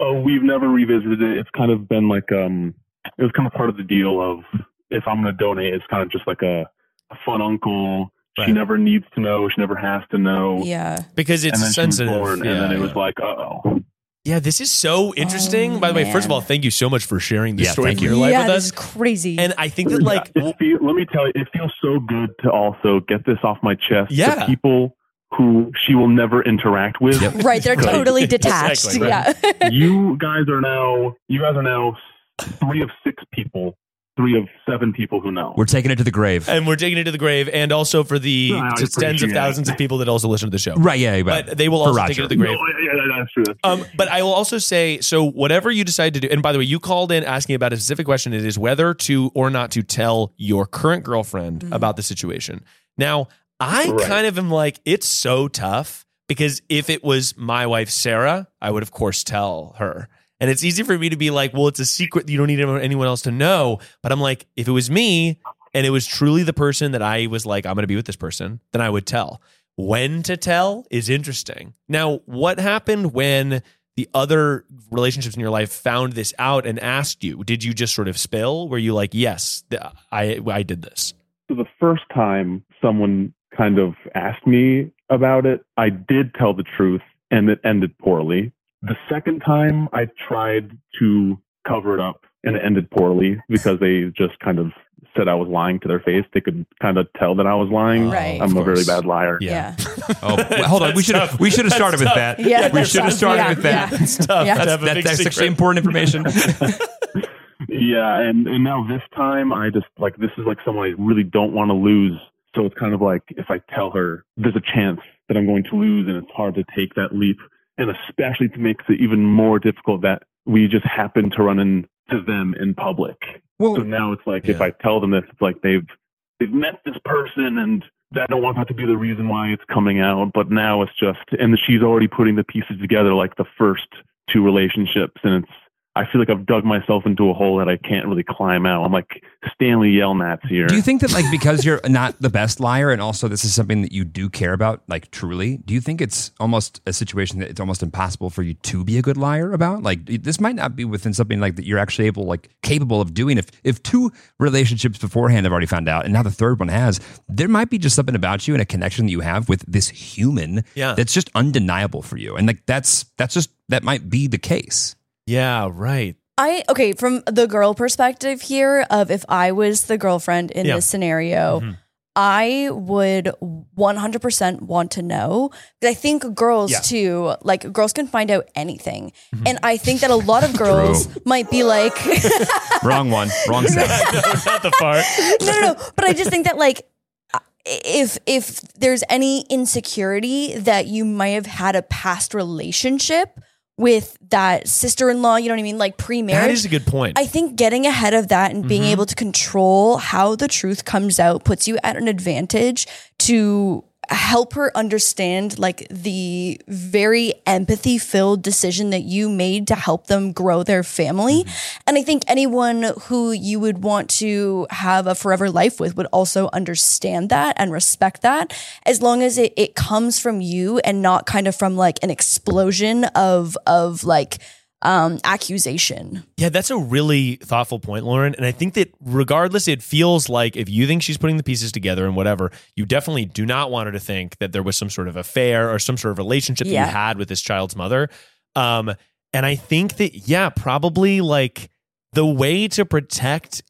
D: Oh, we've never revisited it. It's kind of been like um, it was kind of part of the deal of if I'm going to donate, it's kind of just like a, a fun uncle.
A: Right.
D: She never needs to know. She never has to know.
B: yeah.
A: Because it's
D: and then
A: sensitive.
D: She was born,
A: yeah,
D: and then it
A: yeah.
D: was like, uh oh.
A: Yeah, this is so interesting.
B: Oh,
A: By the way, first of
B: man.
A: all, thank you so much for sharing this
C: Yeah,
A: story
C: thank
A: from your
C: you.
A: life
B: yeah,
A: with
B: this
A: us.
B: is crazy.
A: And I think that
D: (laughs)
A: like
D: let me tell you, it feels so good to also get this off my chest.
A: Yeah.
D: To people who she will never interact with.
C: Yep.
B: (laughs) right.
A: (laughs)
B: They're
A: Right.
B: totally detached.
A: Exactly, (laughs)
B: Yeah.
D: you guys are now. You guys are now three of six people, three of seven people who know.
C: We're taking it to the grave.
A: and we're taking it to the grave and also for the
D: No, I
A: tens of
D: appreciate
A: thousands
D: it.
A: of people that also listen to the show.
C: right? Yeah. But,
A: But they will
C: For
A: also
C: Roger.
A: take it to the grave.
D: No, yeah, yeah, that's true. That's
A: Um, but I will also say, so whatever you decide to do, and by the way, you called in asking about a specific question. It is whether to or not to tell your current girlfriend about the situation. Now, I
D: Right.
A: kind of am like, it's so tough because if it was my wife, Sarah, I would, of course, tell her. And it's easy for me to be like, well, it's a secret. You don't need anyone else to know. But I'm like, if it was me and it was truly the person that I was like, I'm going to be with this person, then I would tell. When to tell is interesting. Now, what happened when the other relationships in your life found this out and asked you, did you just sort of spill? Were you like, yes, th- I I did this?
E: So the first time someone kind of asked me about it, I did tell the truth and it ended poorly. The second time I tried to cover it up and it ended poorly because they just kind of said I was lying to their face. They could kind of tell that I was lying.
B: Right.
E: I'm a very
A: course.
E: bad liar.
B: Yeah.
C: (laughs) Oh, well,
A: (laughs)
C: hold on. We should have we should have
A: That's
C: started with
A: tough.
C: that.
B: Yeah,
C: we
B: that's
C: should have
B: tough.
C: started
B: Yeah,
C: with that.
B: yeah.
A: It's tough.
B: Yeah.
A: to have
C: That's,
A: a
C: that,
A: big
C: that's
A: secret.
C: actually important information.
A: (laughs)
E: Yeah, and and now this time I just like this is like someone I really don't want to lose. So it's kind of like if I tell her there's a chance that I'm going to lose, and it's hard to take that leap, and especially to make it even more difficult that we just happen to run into them in public. So
C: well,
E: now it's like if
C: Yeah.
E: I tell them this, it's like they've they've met this person, and I don't want that to be the reason why it's coming out. But now it's just, and she's already putting the pieces together, like the first two relationships, and it's. I feel like I've dug myself into a hole that I can't really climb out. I'm like Stanley Yelnats here.
C: do you think that like because you're not the best liar, and also this is something that you do care about, like truly, do you think it's almost a situation that it's almost impossible for you to be a good liar about? Like this might not be within something like that you're actually able, like capable of doing. If if two relationships beforehand have already found out, and now the third one has, there might be just something about you and a connection that you have with this human
A: Yeah.
C: that's just undeniable for you, and like that's that's just that might be the case.
A: yeah, right.
B: I okay from the girl perspective here of if I was the girlfriend in
A: Yeah.
B: this scenario,
A: Mhm.
B: I would 100% want to know. 'Cause I think girls
A: Yeah. Mm-hmm.
B: too, like girls can find out anything. And I think that a
A: (laughs)
B: lot of girls might be like
C: Wrong one, wrong sound.
A: Not the fart.
B: no, no, no. But I just think that like I- if if there's any insecurity that you might have had a past relationship with that sister-in-law, you know what I mean, like pre-marriage.
A: That is a good point.
B: I think getting ahead of that and being
A: Mhm.
B: able to control how the truth comes out puts you at an advantage to help her understand like the very empathy filled decision that you made to help them grow their family and i think anyone who you would want to have a forever life with would also understand that and respect that as long as it, it comes from you and not kind of from like an explosion of of like um accusation
A: Yeah, that's a really thoughtful point, Lauren. And I think that regardless, it feels like if you think she's putting the pieces together and whatever, you definitely do not want her to think that there was some sort of affair or some sort of relationship that
B: Yeah.
A: you had with this child's mother. Um, and I think that, yeah, probably like the way to protect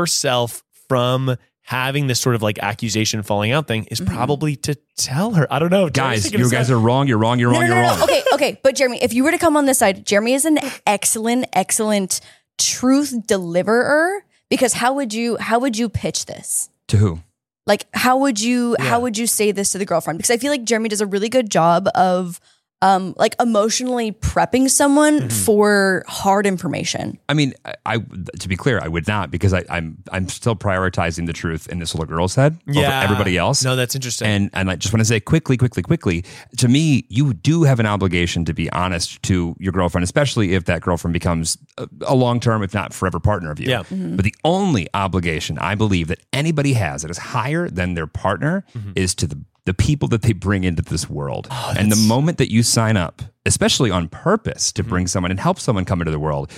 A: yourself from having this sort of like accusation falling out thing is
B: Mhm.
A: probably to tell her. I don't know.
C: guys, you guys are wrong. You're wrong. You're
B: No,
C: wrong.
B: no,
C: you're
B: no,
C: wrong.
B: no. Okay, okay. But Jeremy, if you were to come on this side, Jeremy is an excellent, excellent truth deliverer. Because how would you how would you pitch this?
C: To who?
B: Like how would you
A: Yeah.
B: how would you say this to the girlfriend? Because I feel like Jeremy does a really good job of um like emotionally prepping someone
C: Mm-hmm.
B: for hard information.
C: I mean, I, I to be clear, I would not because I, I'm I'm still prioritizing the truth in this little girl's head over everybody else.
A: No, that's interesting.
C: and and I just want to say quickly, quickly, quickly. To me, you do have an obligation to be honest to your girlfriend, especially if that girlfriend becomes a, a long term, if not forever, partner of you.
A: Yeah.
C: But the only obligation I believe that anybody has that is higher than their partner
A: Mm-hmm.
C: is to the the people that they bring into this world.
A: Oh,
C: and the moment that you sign up, especially on purpose
A: Mm-hmm.
C: to bring someone and help someone come into the world,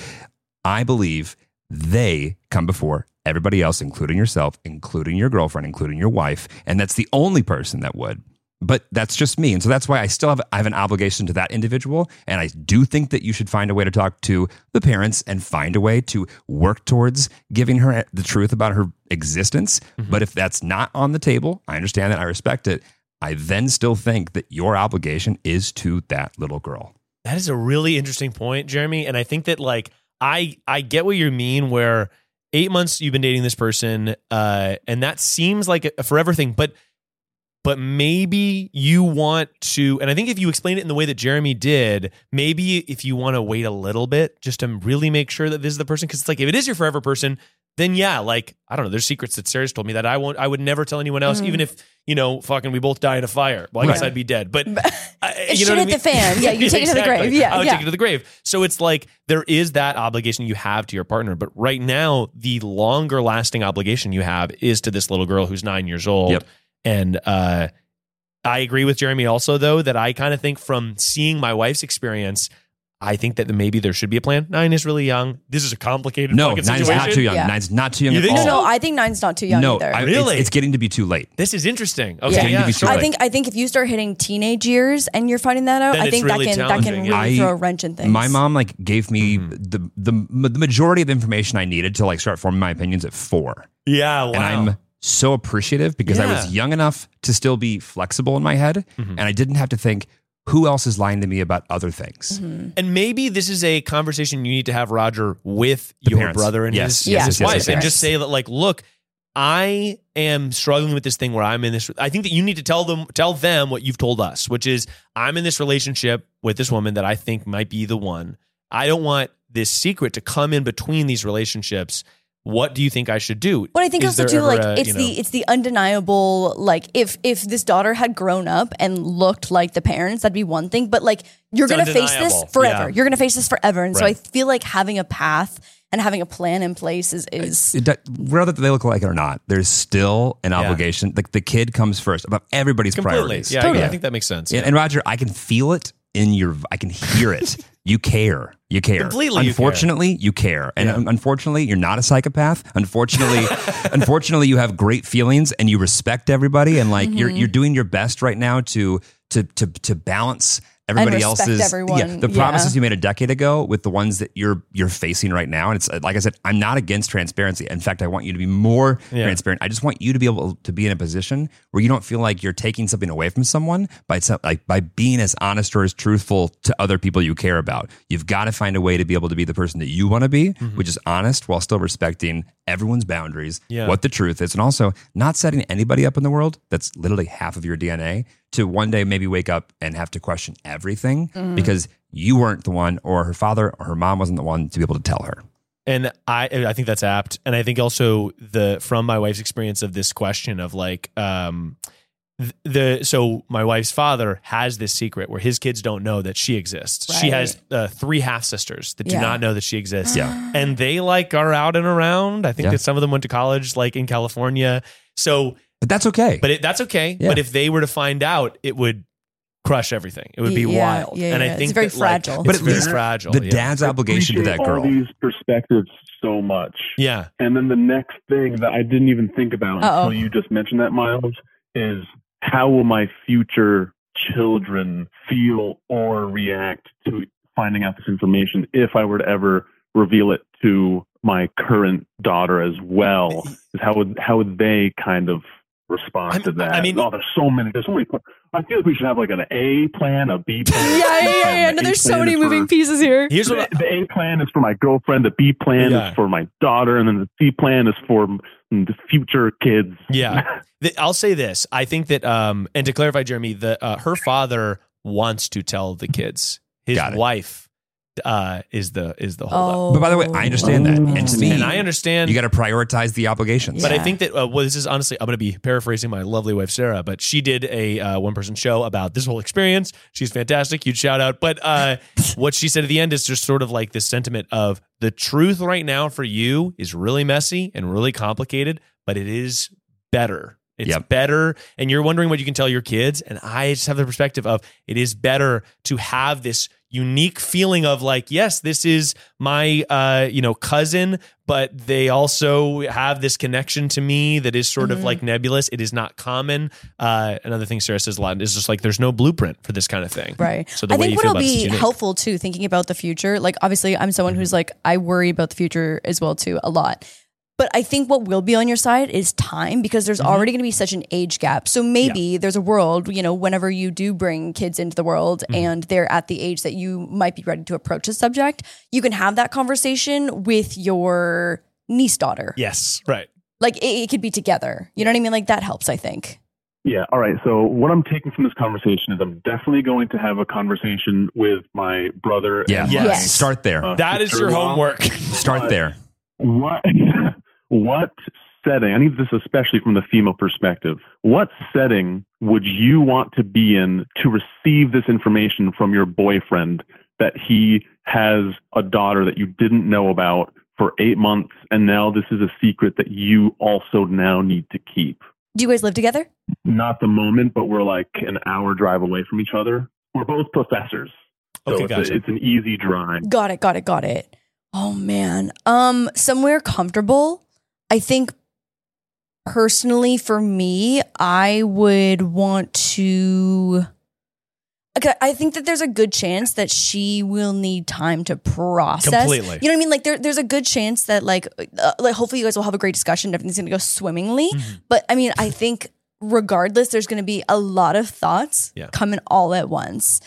C: I believe they come before everybody else, including yourself, including your girlfriend, including your wife. And that's the only person that would. But that's just me. And so that's why I still have, I have an obligation to that individual. And I do think that you should find a way to talk to the parents and find a way to work towards giving her the truth about her existence.
A: Mm-hmm.
C: But if that's not on the table, I understand that. I respect it. I then still think that your obligation is to that little girl.
A: That is a really interesting point, Jeremy. And I think that like I I get what you mean where eight months you've been dating this person, uh, and that seems like a forever thing, but but maybe you want to and I think if you explain it in the way that Jeremy did, maybe if you want to wait a little bit just to really make sure that this is the person, because it's like if it is your forever person, then yeah, like I don't know, there's secrets that Sarah's told me that I won't I would never tell anyone else,
B: Mm.
A: even if, you know, fucking we both die in a fire. Well, I guess
B: Right.
A: I'd be dead. But I-
B: It
A: you know
B: should
A: what I
B: hit the
A: mean?
B: fan. Yeah,
A: (laughs)
B: you take it to the grave. Yeah,
A: I would
B: yeah.
A: take it to the grave. So it's like there is that obligation you have to your partner, but right now the longer lasting obligation you have is to this little girl who's nine years old.
C: Yep.
A: And uh, I agree with Jeremy also though that I kind of think from seeing my wife's experience, I think that maybe there should be a plan. Nine is really young. This is a complicated
C: No,
A: fucking
C: nine's not
A: situation.
C: too young.
B: Yeah.
C: Nine's not too young
A: You
C: at
A: think
C: all.
B: No, no, I think nine's not too young
C: no,
B: either.
C: I-
B: I,
C: it's-
A: Really?
C: it's, getting to be too late.
A: This is interesting.
B: Yeah.
A: Okay,
B: Getting to
A: yeah,
C: be
A: sure.
C: so-
B: think I think if you start hitting teenage years and you're finding that out,
A: Then
B: I
A: it's
B: think
A: really
B: that can that can
A: challenging,
B: really
A: yeah.
C: I-
B: throw a wrench in things.
C: My mom like gave me
A: Mm-hmm.
C: the, the the majority of the information I needed to like start forming my opinions at four.
A: yeah, wow.
C: and I'm so appreciative because I
A: Yeah. Mm-hmm.
C: was young enough to still be flexible in my head, and I didn't have to think who else is lying to me about other
B: Mm-hmm.
C: things.
A: And maybe this is a conversation you need to have, Roger, with
C: The
A: your
C: parents.
A: brother and
C: Yes,
A: his,
B: yes,
A: his
B: yes, yes,
A: wife,
B: yes,
A: and
B: yes.
A: just say that, like, look, I am struggling with this thing where I'm in this. I think that you need to tell them, tell them what you've told us, which is I'm in this relationship with this woman that I think might be the one. I don't want this secret to come in between these relationships. What do you think I should do?
B: But I think
A: Is
B: also
A: there ever
B: too, like
A: a,
B: it's
A: you know-
B: the it's the undeniable like if if this daughter had grown up and looked like the parents, that'd be one thing. But like you're
A: It's
B: gonna face this
A: undeniable.
B: forever.
A: Yeah.
B: You're gonna face this forever. And so I
A: Right.
B: feel like having a path and having a plan in place is is
C: It, do- whether they look like it or not, there's still an obligation. Like the kid comes first above everybody's
A: completely.
C: priorities.
A: Yeah, I-
B: Totally.
A: I think that makes sense.
C: And, and Roger, I can feel it in your. I can
A: (laughs)
C: hear it. you care. You care.
A: Completely you
C: Unfortunately, you care. And un- unfortunately, you're not a psychopath.
A: (laughs)
C: Unfortunately, unfortunately, you have great feelings and you respect everybody. And like
B: Mm-hmm.
C: you're you're doing your best right now to to to to balance everybody
B: respect
C: else's
B: everyone,
C: yeah, the
B: yeah.
C: promises you made a decade ago with the ones that you're you're facing right now. And it's uh, like I said, I'm not against transparency. In fact, I want you to be more transparent. I just want you to be able to be in a position where you don't feel like you're taking something away from someone by some, like by being as honest or as truthful to other people you care about. You've got to find a way to be able to be the person that you want to be, which is honest while still respecting everyone's boundaries,
A: Yeah.
C: what the truth is, and also not setting anybody up in the world that's literally half of your DNA to one day maybe wake up and have to question everything
A: Mm-hmm.
C: because you weren't the one, or her father or her mom wasn't the one to be able to tell her.
A: and I I think that's apt, and I think also the from my wife's experience of this question of like um th- the so my wife's father has this secret where his kids don't know that she exists. She
B: Right.
A: has uh, three half sisters that do
B: Yeah.
A: not know that she exists.
C: Yeah.
A: and they like are out and around. I think
C: Yeah.
A: that some of them went to college like in California. So,
C: But that's okay.
A: but it, that's okay.
C: Yeah.
A: But if they were to find out, it would crush everything. It would be
B: Yeah,
A: wild.
B: yeah,
A: and I
B: yeah. It's
A: think
B: very
A: that, like,
B: fragile.
A: it's
C: But at
A: very
C: least
A: fragile.
C: the
A: yeah.
C: dad's obligation to
D: Appreciate
C: that girl.
D: All these perspectives so much.
A: Yeah.
D: And then the next thing that I didn't even think about
B: Uh-oh.
A: Oh.
D: until you just mentioned that, Miles, is how will my future children feel or react to finding out this information if I were to ever reveal it to my current daughter as well? Is how would how would they kind of respond
A: I'm-
D: to that?
A: I mean-
D: oh, there's so many. There's so many. I feel like we should have like an A plan,
A: (laughs)
D: a B plan.
B: yeah,
D: a
B: yeah,
D: C
B: yeah,
D: plan.
B: yeah.
D: The
B: No,
D: A
B: there's so
D: plan
B: many
D: is
B: moving
D: for-
B: pieces here.
A: Here's what I-
D: the, the A plan is for my girlfriend. The B plan
A: Yeah.
D: is for my daughter, and then the C plan is for mm, the future kids.
C: (laughs)
A: Yeah, Th- I'll say this. I think that, um, and to clarify, Jeremy, the uh, her father wants to tell the kids. His
C: Got it.
A: wife uh, is the is the holdup,
C: But by the way, I understand that.
A: Oh.
C: And to me,
A: and I understand.
C: you got to prioritize the obligations.
A: but
B: Yeah.
A: I think that uh, well, this is honestly, I'm going to be paraphrasing my lovely wife Sarah, but she did a uh, one person show about this whole experience. She's fantastic. Huge shout out. But uh, what she said at the end is just sort of like this sentiment of the truth right now for you is really messy and really complicated, but it is better. It's
C: Yep.
A: better. And you're wondering what you can tell your kids. And I just have the perspective of it is better to have this unique feeling of like, yes, this is my uh, you know, cousin, but they also have this connection to me that is sort of
B: Mhm.
A: like nebulous. It is not common. Uh, another thing Sarah says a lot is just like there's no blueprint for this kind of thing.
B: (laughs) Right.
A: So the
B: I
A: way
B: think
A: you feel
B: what'll
A: about this is
B: be
A: unique.
B: helpful too, thinking about the future. Like obviously I'm someone
A: Mm-hmm.
B: who's like I worry about the future as well too a lot. But I think what will be on your side is time because
A: Mm-hmm.
B: there's already going to be such an age gap. So maybe there's a world, you know, whenever you do bring kids into the world
A: Mm-hmm.
B: and they're at the age that you might be ready to approach a subject, you can have that conversation with your niece daughter.
A: Yes. Right.
B: Like it, it could be together. You know what I mean? Like that helps, I think.
D: Yeah. All right. So what I'm taking from this conversation is I'm definitely going to have a conversation with my brother.
C: Yeah.
D: and
A: Yes.
B: Yes.
C: Start there.
D: Uh,
A: That is your
D: sister-in-law.
A: homework.
C: Start there.
D: What (laughs) what setting? I need this especially from the female perspective. What setting would you want to be in to receive this information from your boyfriend that he has a daughter that you didn't know about for eight months, and now this is a secret that you also now need to keep?
B: Do you guys live together?
D: Not the moment, but we're like an hour drive away from each other. We're both professors.
E: So
A: Okay,
E: it's,
A: gotcha.
E: a, it's an easy drive.
B: Got it, got it, got it. Oh man. Um somewhere comfortable. I think personally for me, I would want to Okay, I think that there's a good chance that she will need time to process.
A: Completely.
B: You know what I mean? Like there, there's a good chance that like, uh, like hopefully you guys will have a great discussion. Everything's gonna go swimmingly.
A: Mhm.
B: But I mean, I think regardless, there's gonna be a lot of thoughts
A: Yeah.
B: coming all at once.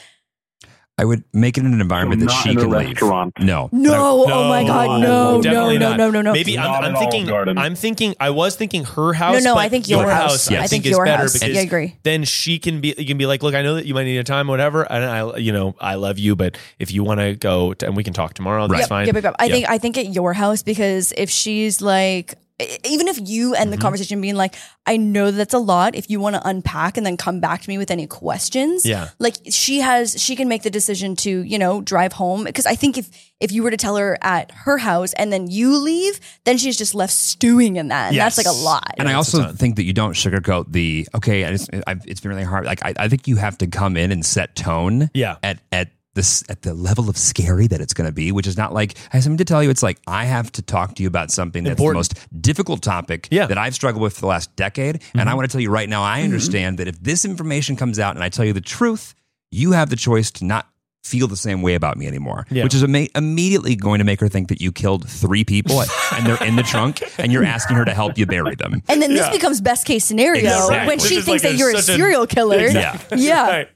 C: I would make it in an environment that
E: not
C: she
E: in a
C: can leave.
E: restaurant.
C: No.
B: No, oh my
A: No,
B: god, no, no,
A: definitely
B: no,
A: not.
B: no, no, no.
A: Maybe I'm,
E: Not
A: I'm
E: an Olive
A: thinking.
E: Garden.
A: I'm thinking. I was thinking her house.
B: No, no,
A: but
B: I think
A: your,
B: your house.
A: house. I,
B: I
A: think,
B: think
A: is
B: your
A: better
B: house.
A: because
B: Yeah, I agree.
A: then she can be. You can be like, look, I know that you might need a time, whatever, and I, you know, I love you, but if you want to go, to, and we can talk tomorrow, that's
B: Yep,
A: fine.
B: yep, yep, yep. I
A: Yeah.
B: think I think at your house because if she's like e- even if you end the
A: Mhm.
B: conversation being like, I know that's a lot. If you want to unpack and then come back to me with any questions,
A: Yeah.
B: like she has, she can make the decision to you know drive home. Because I think if if you were to tell her at her house and then you leave, then she's just left stewing in that, and that's like a
A: Yes.
B: lot.
C: And I
A: Yeah, it's a
C: also
A: ton.
C: think that you don't sugarcoat the okay. I just, I've, it's been really hard. Like I, I think you have to come in and set tone.
A: Yeah.
C: At at this at the level of scary that it's going to be, which is not like I have something to tell you. It's like I have to talk to you about something that's
A: Important.
C: the most difficult topic
A: Yeah. Mm-hmm.
C: that I've struggled with for the last decade. And I want to tell you right now, I understand that if this information comes out and I tell you the truth, you have the choice to not. Feel the same way about me anymore,
A: Yeah.
C: which is ama- immediately going to make her think that you killed three people and they're in the trunk, and you're asking her to help you bury them.
B: And then
A: Yeah.
B: this becomes best case scenario
C: Exactly.
B: when
C: This
B: she
A: is
B: thinks
A: like
B: that
A: a-
B: you're a
A: such a-
B: serial killer.
A: Exactly.
B: (laughs) Yeah.
A: Right.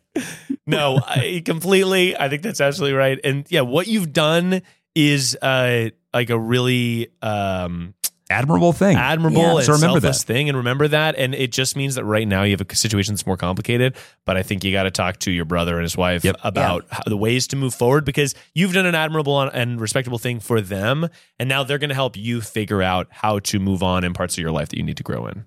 A: No, I completely. I think that's absolutely right. And yeah, what you've done is uh like a really um
C: admirable thing.
A: admirable
B: Yeah.
A: and
C: So remember
A: selfless
C: that.
A: thing and remember that and it just means that right now you have a situation that's more complicated but i think you got to talk to your brother and his wife
C: Yep.
A: about how, the ways to move forward because you've done an admirable and- and respectable thing for them and now they're going to help you figure out how to move on in parts of your life that you need to grow in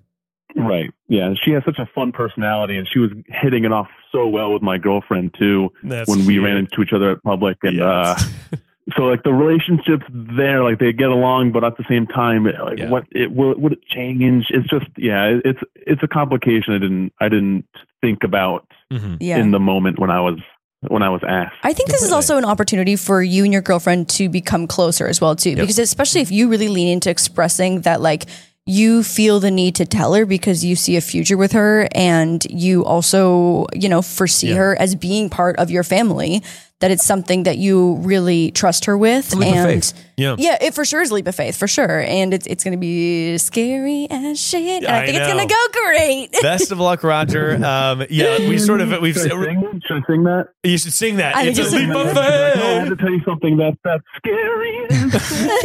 E: Right. Yeah. She has such a fun personality, and she was hitting it off so well with my girlfriend too.
A: That's
E: when we
A: cute.
E: ran into each other at public, and uh,
A: Yes.
E: (laughs) so like the relationships there, like they get along, but at the same time, it- like
A: Yeah.
E: what it will would it change? It's just yeah, it- it's it's a complication I didn't I didn't think about
A: Mhm.
B: Yeah.
E: in the moment when I was when I was asked.
B: I think this is
A: Completely.
B: also an opportunity for you and your girlfriend to become closer as well too, because especially if you really lean into expressing that like you feel the need to tell her because you see a future with her and you also, you know, foresee
A: Yeah.
B: her as being part of your family, that it's something that you really trust her with.
C: leap of
B: and
C: faith.
A: yeah
B: yeah, it for sure is leap of faith, for sure. And it's it's gonna be scary as shit. And I,
A: I
B: think it's
A: know.
B: gonna go great.
A: best of luck roger um yeah we sort of we've
E: should I sing, should I sing that?
A: you should sing that
B: I
A: it's
B: think
A: a
B: you should-
A: leap of
E: Like, oh, I
A: faith
E: had to tell you something that that's scary.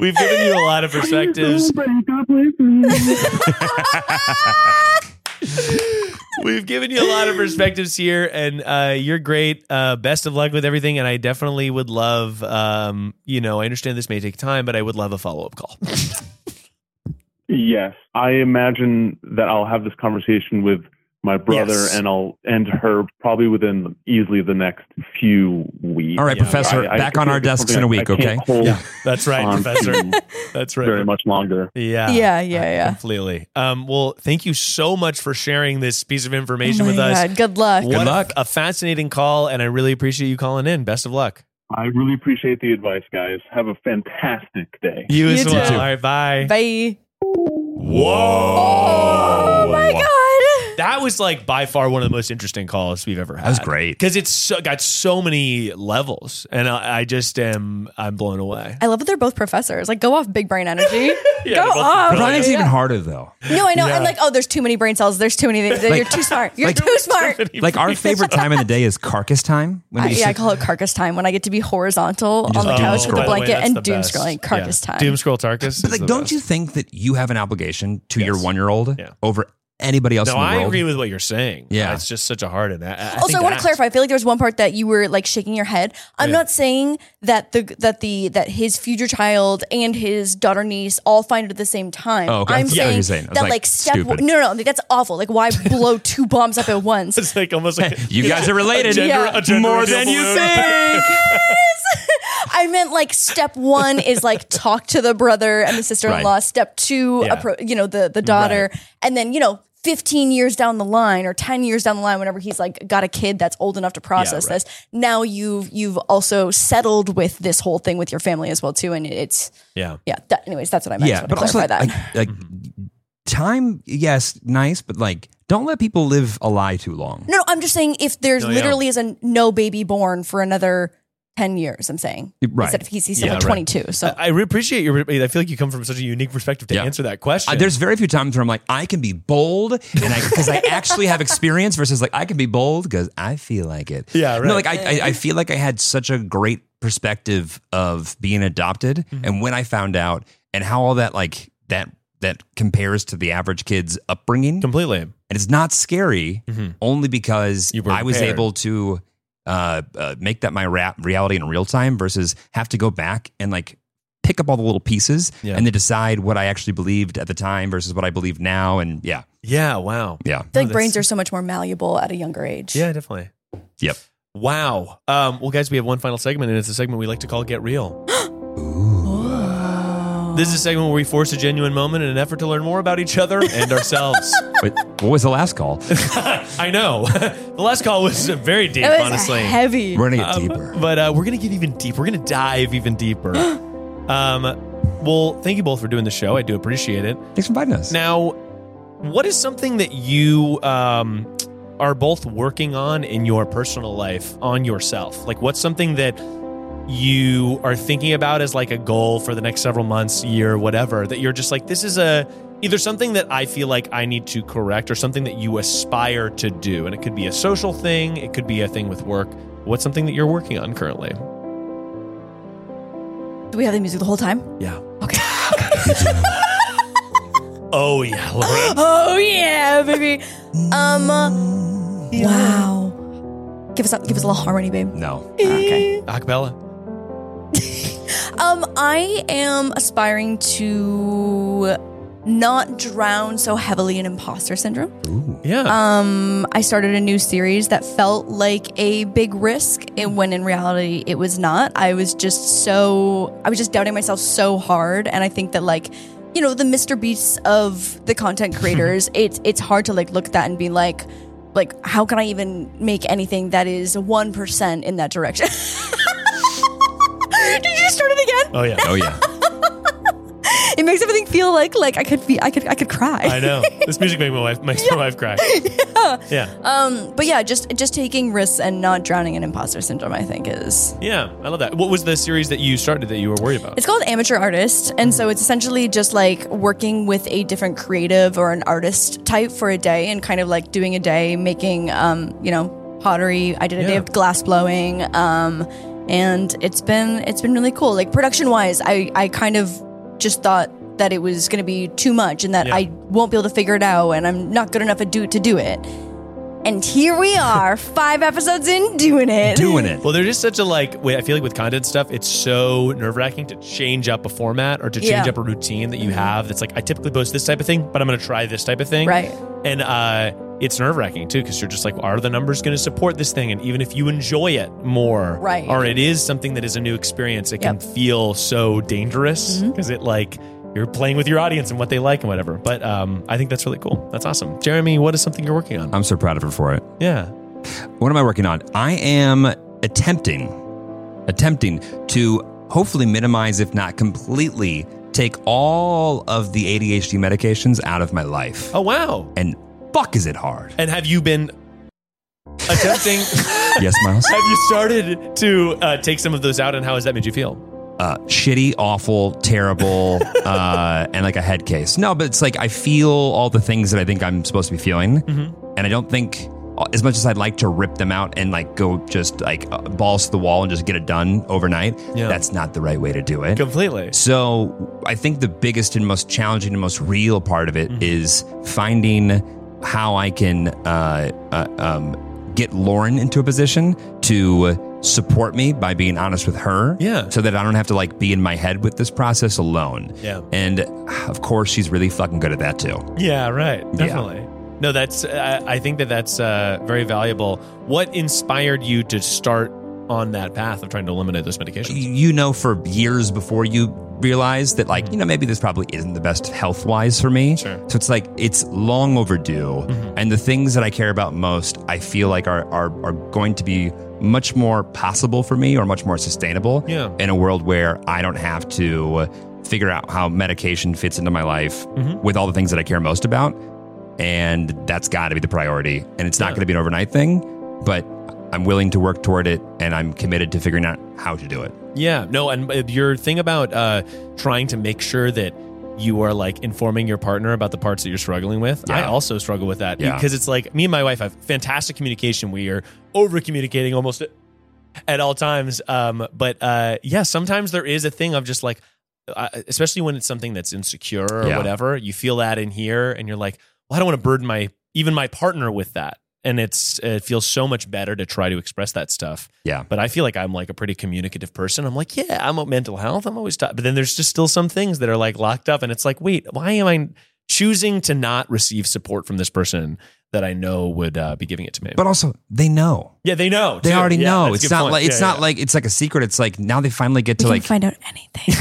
A: we've given you a lot of perspectives (laughs) We've given you a lot of perspectives here, and uh, you're great. Uh, best of luck with everything, and I definitely would love. Um, you know, I understand this may take time, but I would love a follow up call.
E: Yes, I imagine that I'll have this conversation with my brother,
A: Yes.
E: and I'll end her probably within easily the next few weeks.
C: All right, Professor,
E: I- I
C: back on
E: feel
C: our
E: like it's
C: desks
E: something
C: in a
E: I- I
C: week,
E: can't
C: okay?
E: hold
A: That's right,
C: Um,
E: on to
C: (laughs)
A: Professor. That's right.
E: Very much longer.
A: Yeah. Uh,
B: Yeah, yeah, yeah.
A: Completely. Um, well, thank you so much for sharing this piece of information
B: Oh my
A: with us.
B: God, Good luck.
A: What
C: Good
A: a-
C: luck.
A: A, fascinating call, and I really appreciate you calling in. Best of luck.
E: I really appreciate the advice, guys. Have a fantastic day.
A: You, as
B: too.
A: well. All right. Bye.
B: Bye.
A: Whoa.
B: Oh my god.
A: That was like by far one of the most interesting calls we've ever had.
C: That was great.
A: because it's so, got so many levels, and I, I just am I'm blown away.
B: I love that they're both professors. Like, go off big
A: (laughs)
B: brain energy.
A: they're both
B: go off.
C: Ryan's
B: Yeah.
C: even
A: (laughs)
C: harder though.
B: No, I know.
A: Yeah.
B: I'm like, oh, there's too many brain cells. There's too many. things. You're
C: Like-
B: too smart. You're
C: like-
B: too smart.
A: (laughs)
C: Like our favorite time of the day is carcass time. When
B: I,
C: we
B: yeah, I
C: sit-
B: call it carcass time when I get to be horizontal
C: just
B: on the
C: doom
B: couch with
C: scroll.
B: a blanket
A: Um, By the way,
B: and
A: that's the
B: doom
A: best.
B: scrolling. Carcass
A: Yeah.
B: time.
A: Doom scroll Tarkus.
C: but like, don't you think that you have an obligation to your one year old
A: Yeah.
C: over anybody else
A: No,
C: in the
A: I
C: world?
A: agree with what you're saying.
C: Yeah.
A: it's just such a hard and I, I
B: also,
A: think
B: I want to
A: that-
B: clarify. I feel like there was one part that you were like shaking your head. I'm
A: Yeah.
B: not saying that the that the that his future child and his daughter niece all find it at the same time.
C: Oh, okay. I
B: I'm
C: thought you were
B: saying
C: saying- I was
B: that
C: like,
B: like, step
C: stupid.
B: no, no, no, like, that's awful. Like, why blow two bombs up
C: (laughs)
B: at
A: (laughs)
B: once?
A: It's like almost like (laughs)
C: You guys are related
A: gender-
B: Yeah.
A: a gender
C: more
A: reveal
C: than you
A: balloon.
B: (laughs)
C: think.
B: I meant like step one is
C: (laughs)
B: like talk to the brother and the sister in law.
C: Right.
B: Step two,
A: Yeah.
B: appro- you know, the the daughter, and then you know 15 years down the line or 10 years down the line whenever he's like got a kid that's old enough to process
C: right.
B: this now you've you've also settled with this whole thing with your family as well too and it's
A: Yeah.
B: yeah that, anyways that's what i meant
C: yeah,
B: Just
C: but also like,
B: wanted to clarify that
C: like, like,
A: Mm-hmm.
C: time. Yes, nice, but like, don't let people live a lie too long.
B: no, no i'm just saying if there's
C: Oh,
A: No, yeah.
B: literally is a no baby born for another 10 years i'm saying
C: Right.
B: instead of he's, he's still
A: Yeah,
B: like
A: right.
B: 22 so
A: I, I really appreciate your. I feel like you come from such a unique perspective to
C: Yeah.
A: answer that question.
C: I- there's very few times where I'm like, I can be bold, and I because I actually have experience versus like I can be bold because I feel like it.
A: Yeah,
C: No,
A: right.
C: like I, I, I feel like I had such a great perspective of being adopted, and when I found out, and how all that like that that compares to the average kid's upbringing, and
A: completely.
C: it's not scary,
A: Mhm.
C: only because
A: You were
C: I was
A: prepared.
C: able to uh, uh, make that my ra- reality in real time versus have to go back and like pick up all the little pieces
A: Yeah.
C: and then decide what I actually believed at the time versus what I believe now. And yeah,
A: Yeah. Wow.
C: yeah,
B: I feel
A: Oh,
B: like brains are
A: that's-
B: so much more malleable at a younger age
A: Yeah. Definitely.
C: yep.
A: Wow. Um, well, guys, we have one final segment, and it's a segment we like to call "Get Real."
B: (gasps)
A: This is a segment where we force a genuine moment in an effort to learn more about each other and ourselves.
B: (laughs)
C: Wait, what was the last
A: (laughs)
C: call?
A: I know. (laughs) the last call was very deep,
B: it was
A: honestly.
B: heavy
C: We're gonna get
A: Um,
C: deeper.
A: But uh, we're going to get even deeper. We're going to dive even deeper.
C: (gasps)
A: um, well, thank you both for doing the show. I do appreciate it.
C: Thanks for inviting us.
A: Now, what is something that you um, are both working on in your personal life on yourself? Like, what's something that you are thinking about as like a goal for the next several months, year, whatever, that you're just like, this is a either something that I feel like I need to correct or something that you aspire to do. And it could be a social thing, it could be a thing with work. What's something that you're working on currently?
B: do we have the music the whole time
A: Yeah.
B: okay (laughs)
A: Oh, yeah. Lorraine.
B: (gasps) Oh yeah, baby. Um, uh, wow. Give us a, give us a little harmony, babe.
C: No.
A: Ah,
B: Okay.
A: Acapella.
B: Um, I am aspiring to not drown so heavily in imposter syndrome.
A: Yeah.
B: Um, I started a new series that felt like a big risk, and when in reality it was not. I was just so I was just doubting myself so hard, and I think that like you know the Mr. Beasts of
A: (laughs)
B: the content creators, it's it's hard to like look at that and be like like how can I even make anything that is one percent in that direction? (laughs) Did you just start it again?
A: oh, yeah. (laughs)
C: Oh yeah.
B: It makes everything feel like like I could be I could I could cry.
A: I know. This music made my wife makes my wife cry. Yeah.
B: Um, but yeah, just just taking risks and not drowning in imposter syndrome, I think is.
A: Yeah, I love that. What was the series that you started that you were worried about?
B: It's called amateur artist, and so it's essentially just like working with a different creative or an artist type for a day, and kind of like doing a day making, um, you know, pottery. I did a day
A: Yeah.
B: of glass blowing, um, and it's been it's been really cool. Like production wise, I I kind of just thought that it was going to be too much, and that
A: Yeah.
B: I won't be able to figure it out, and I'm not good enough a do to do it. And here we are, five episodes in, doing it.
C: Doing it.
A: well, they're just such a like. wait, I feel like with content stuff, it's so nerve wracking to change up a format or to change
B: Yeah. Mm-hmm.
A: up a routine that you have. That's like I typically post this type of thing, but I'm going to try this type of thing.
B: Right.
A: And uh, it's nerve wracking too because you're just like, are the numbers going to support this thing? And even if you enjoy it more,
B: Right.
A: or it is something that is a new experience, it can feel so dangerous
B: Mm-hmm.
A: because it like. You're playing with your audience and what they like and whatever. But um, I think that's really cool. That's awesome. Jeremy, what is something you're working on?
C: I'm so proud of her for it.
A: Yeah.
C: What am I working on? I am attempting, attempting to hopefully minimize, if not completely, take all of the ADHD medications out of my life.
A: Oh, wow.
C: And fuck, is it hard?
A: And have you been (laughs) attempting? have
C: yes,
A: (laughs)
C: Miles.
A: you started to uh, take some of those out, and how has that made you feel?
C: Uh, shitty, awful, terrible, uh, and like a head case. No, but it's like I feel all the things that I think I'm supposed to be feeling, and I don't think as much as I'd like to rip them out and like go just like uh, balls to the wall and just get it done overnight.
A: Yeah.
C: That's not the right way to do it.
A: Completely.
C: So I think the biggest and most challenging and most real part of it is finding how I can uh, uh, um, get Lauren into a position to support me by being honest with her.
A: Yeah.
C: So that I don't have to like be in my head with this process alone.
A: Yeah.
C: And of course, she's really fucking good at that too.
A: Yeah, right. Definitely. No, that's. Uh, I think that that's uh, very valuable. What inspired you to start on that path of trying to eliminate those medications.
C: You you know, for years before you realize that, like, you know, maybe this probably isn't the best health wise for me.
A: Sure. Mm-hmm.
C: So it's like it's long overdue, and the things that I care about most, I feel like are are are going to be much more possible for me or much more sustainable
A: Yeah.
C: in a world where I don't have to figure out how medication fits into my life
A: Mm-hmm.
C: with all the things that I care most about, and that's got to be the priority. And it's not going to be an overnight thing, but. I'm willing to work toward it and I'm committed to figuring out how to do it.
A: Yeah, no, and uh, your thing about uh, trying to make sure that you are like informing your partner about the parts that you're struggling with. I
C: Yeah.
A: also struggle with that
C: Yeah.
A: because it's like me and my wife have fantastic communication. We are over communicating almost at all times. Um, but uh, yeah, sometimes there is a thing of just like, uh, especially when it's something that's insecure or
C: Yeah.
A: whatever, you feel that in here, and you're like, well, I don't want to burden my even my partner with that. And it's it feels so much better to try to express that stuff.
C: Yeah.
A: But I feel like I'm like a pretty communicative person. I'm like, yeah, I'm a mental health. I'm always taught. But then there's just still some things that are like locked up. And it's like, wait, why am I choosing to not receive support from this person that I know would uh, be giving it to me?
C: But also, they know.
A: yeah, they know.
C: They
A: too.
C: already
A: Yeah,
C: know.
A: that's a
C: It's
A: good
C: not
A: point.
C: like it's
A: Yeah,
C: not
A: yeah.
C: like it's like a secret. It's like now they finally get to
B: we
C: like
B: can find out anything.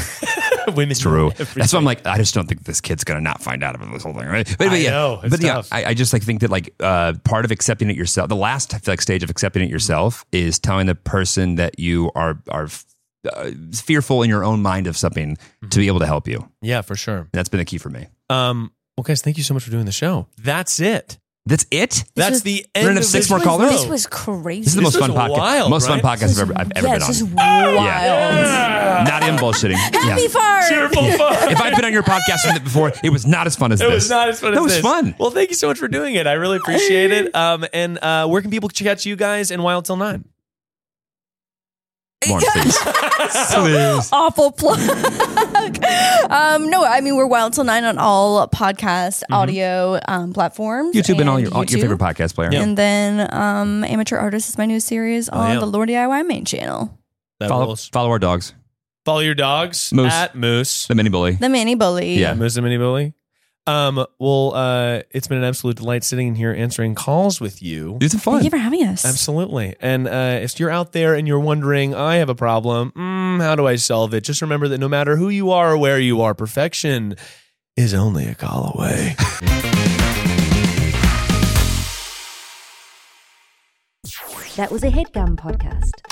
A: (laughs) women.
C: true.
A: know everything.
C: That's why I'm like, I just don't think this kid's gonna not find out about this whole thing, right? But, but
A: I
C: yeah,
A: know. It's
C: but yeah,
A: tough.
C: I, I just like think that like uh, part of accepting it yourself, the last I feel like stage of accepting it yourself is telling the person that you are are uh, fearful in your own mind of something to
A: Mm-hmm.
C: be able to help you.
A: Yeah, for sure.
C: That's been the key for me.
A: Um, well, guys, thank you so much for doing the show. That's it.
C: That's it.
A: That's
B: was-
A: the end
C: gonna
A: of
C: have six
A: this
C: more callers?
A: show.
B: This was crazy.
C: This is the
A: This
C: most fun
A: was
C: podcast.
A: wild,
C: most
A: right?
C: fun podcast I've ever I've ever
B: yeah,
C: been on.
B: this is wild.
C: Not even bullshitting. (laughs)
B: Happy
C: Yeah.
B: fart.
A: Cheerful fun. (laughs)
C: If I'd been on your podcast with it before, it was not as fun as
A: It
C: this.
A: was not as fun
C: That
A: as
C: was
A: this. (laughs)
C: fun.
A: Well, thank you so much for doing it. I really appreciate it. Um, and uh, where can people catch you guys in Wild Till
C: (laughs)
A: Nine?
C: Lauren, please. Please.
B: awful plug. (laughs) um, no, I mean we're Wild Till Nine on all podcast audio um, platforms,
C: Mm-hmm. YouTube and all your all your
B: YouTube.
C: favorite podcast player.
B: And then um, Amateur Artist is my new series
C: Oh,
B: on
A: yeah.
B: the Lord DIY main channel.
A: That
C: Follow,
A: rules.
C: follow our dogs,
A: Follow your dogs
C: Moose.
A: at Moose.
C: the mini bully.
B: The Mini Bully.
C: Yeah.
A: Moose the Mini Bully. Um, well, uh, it's been an absolute delight sitting in here answering calls with you.
C: Do some
B: Thank
C: fun.
B: you for having us.
A: Absolutely. And uh, if you're out there and you're wondering, I have a problem, mm, how do I solve it? Just remember that no matter who you are or where you are, perfection is only a call away.
H: That was a headgum podcast.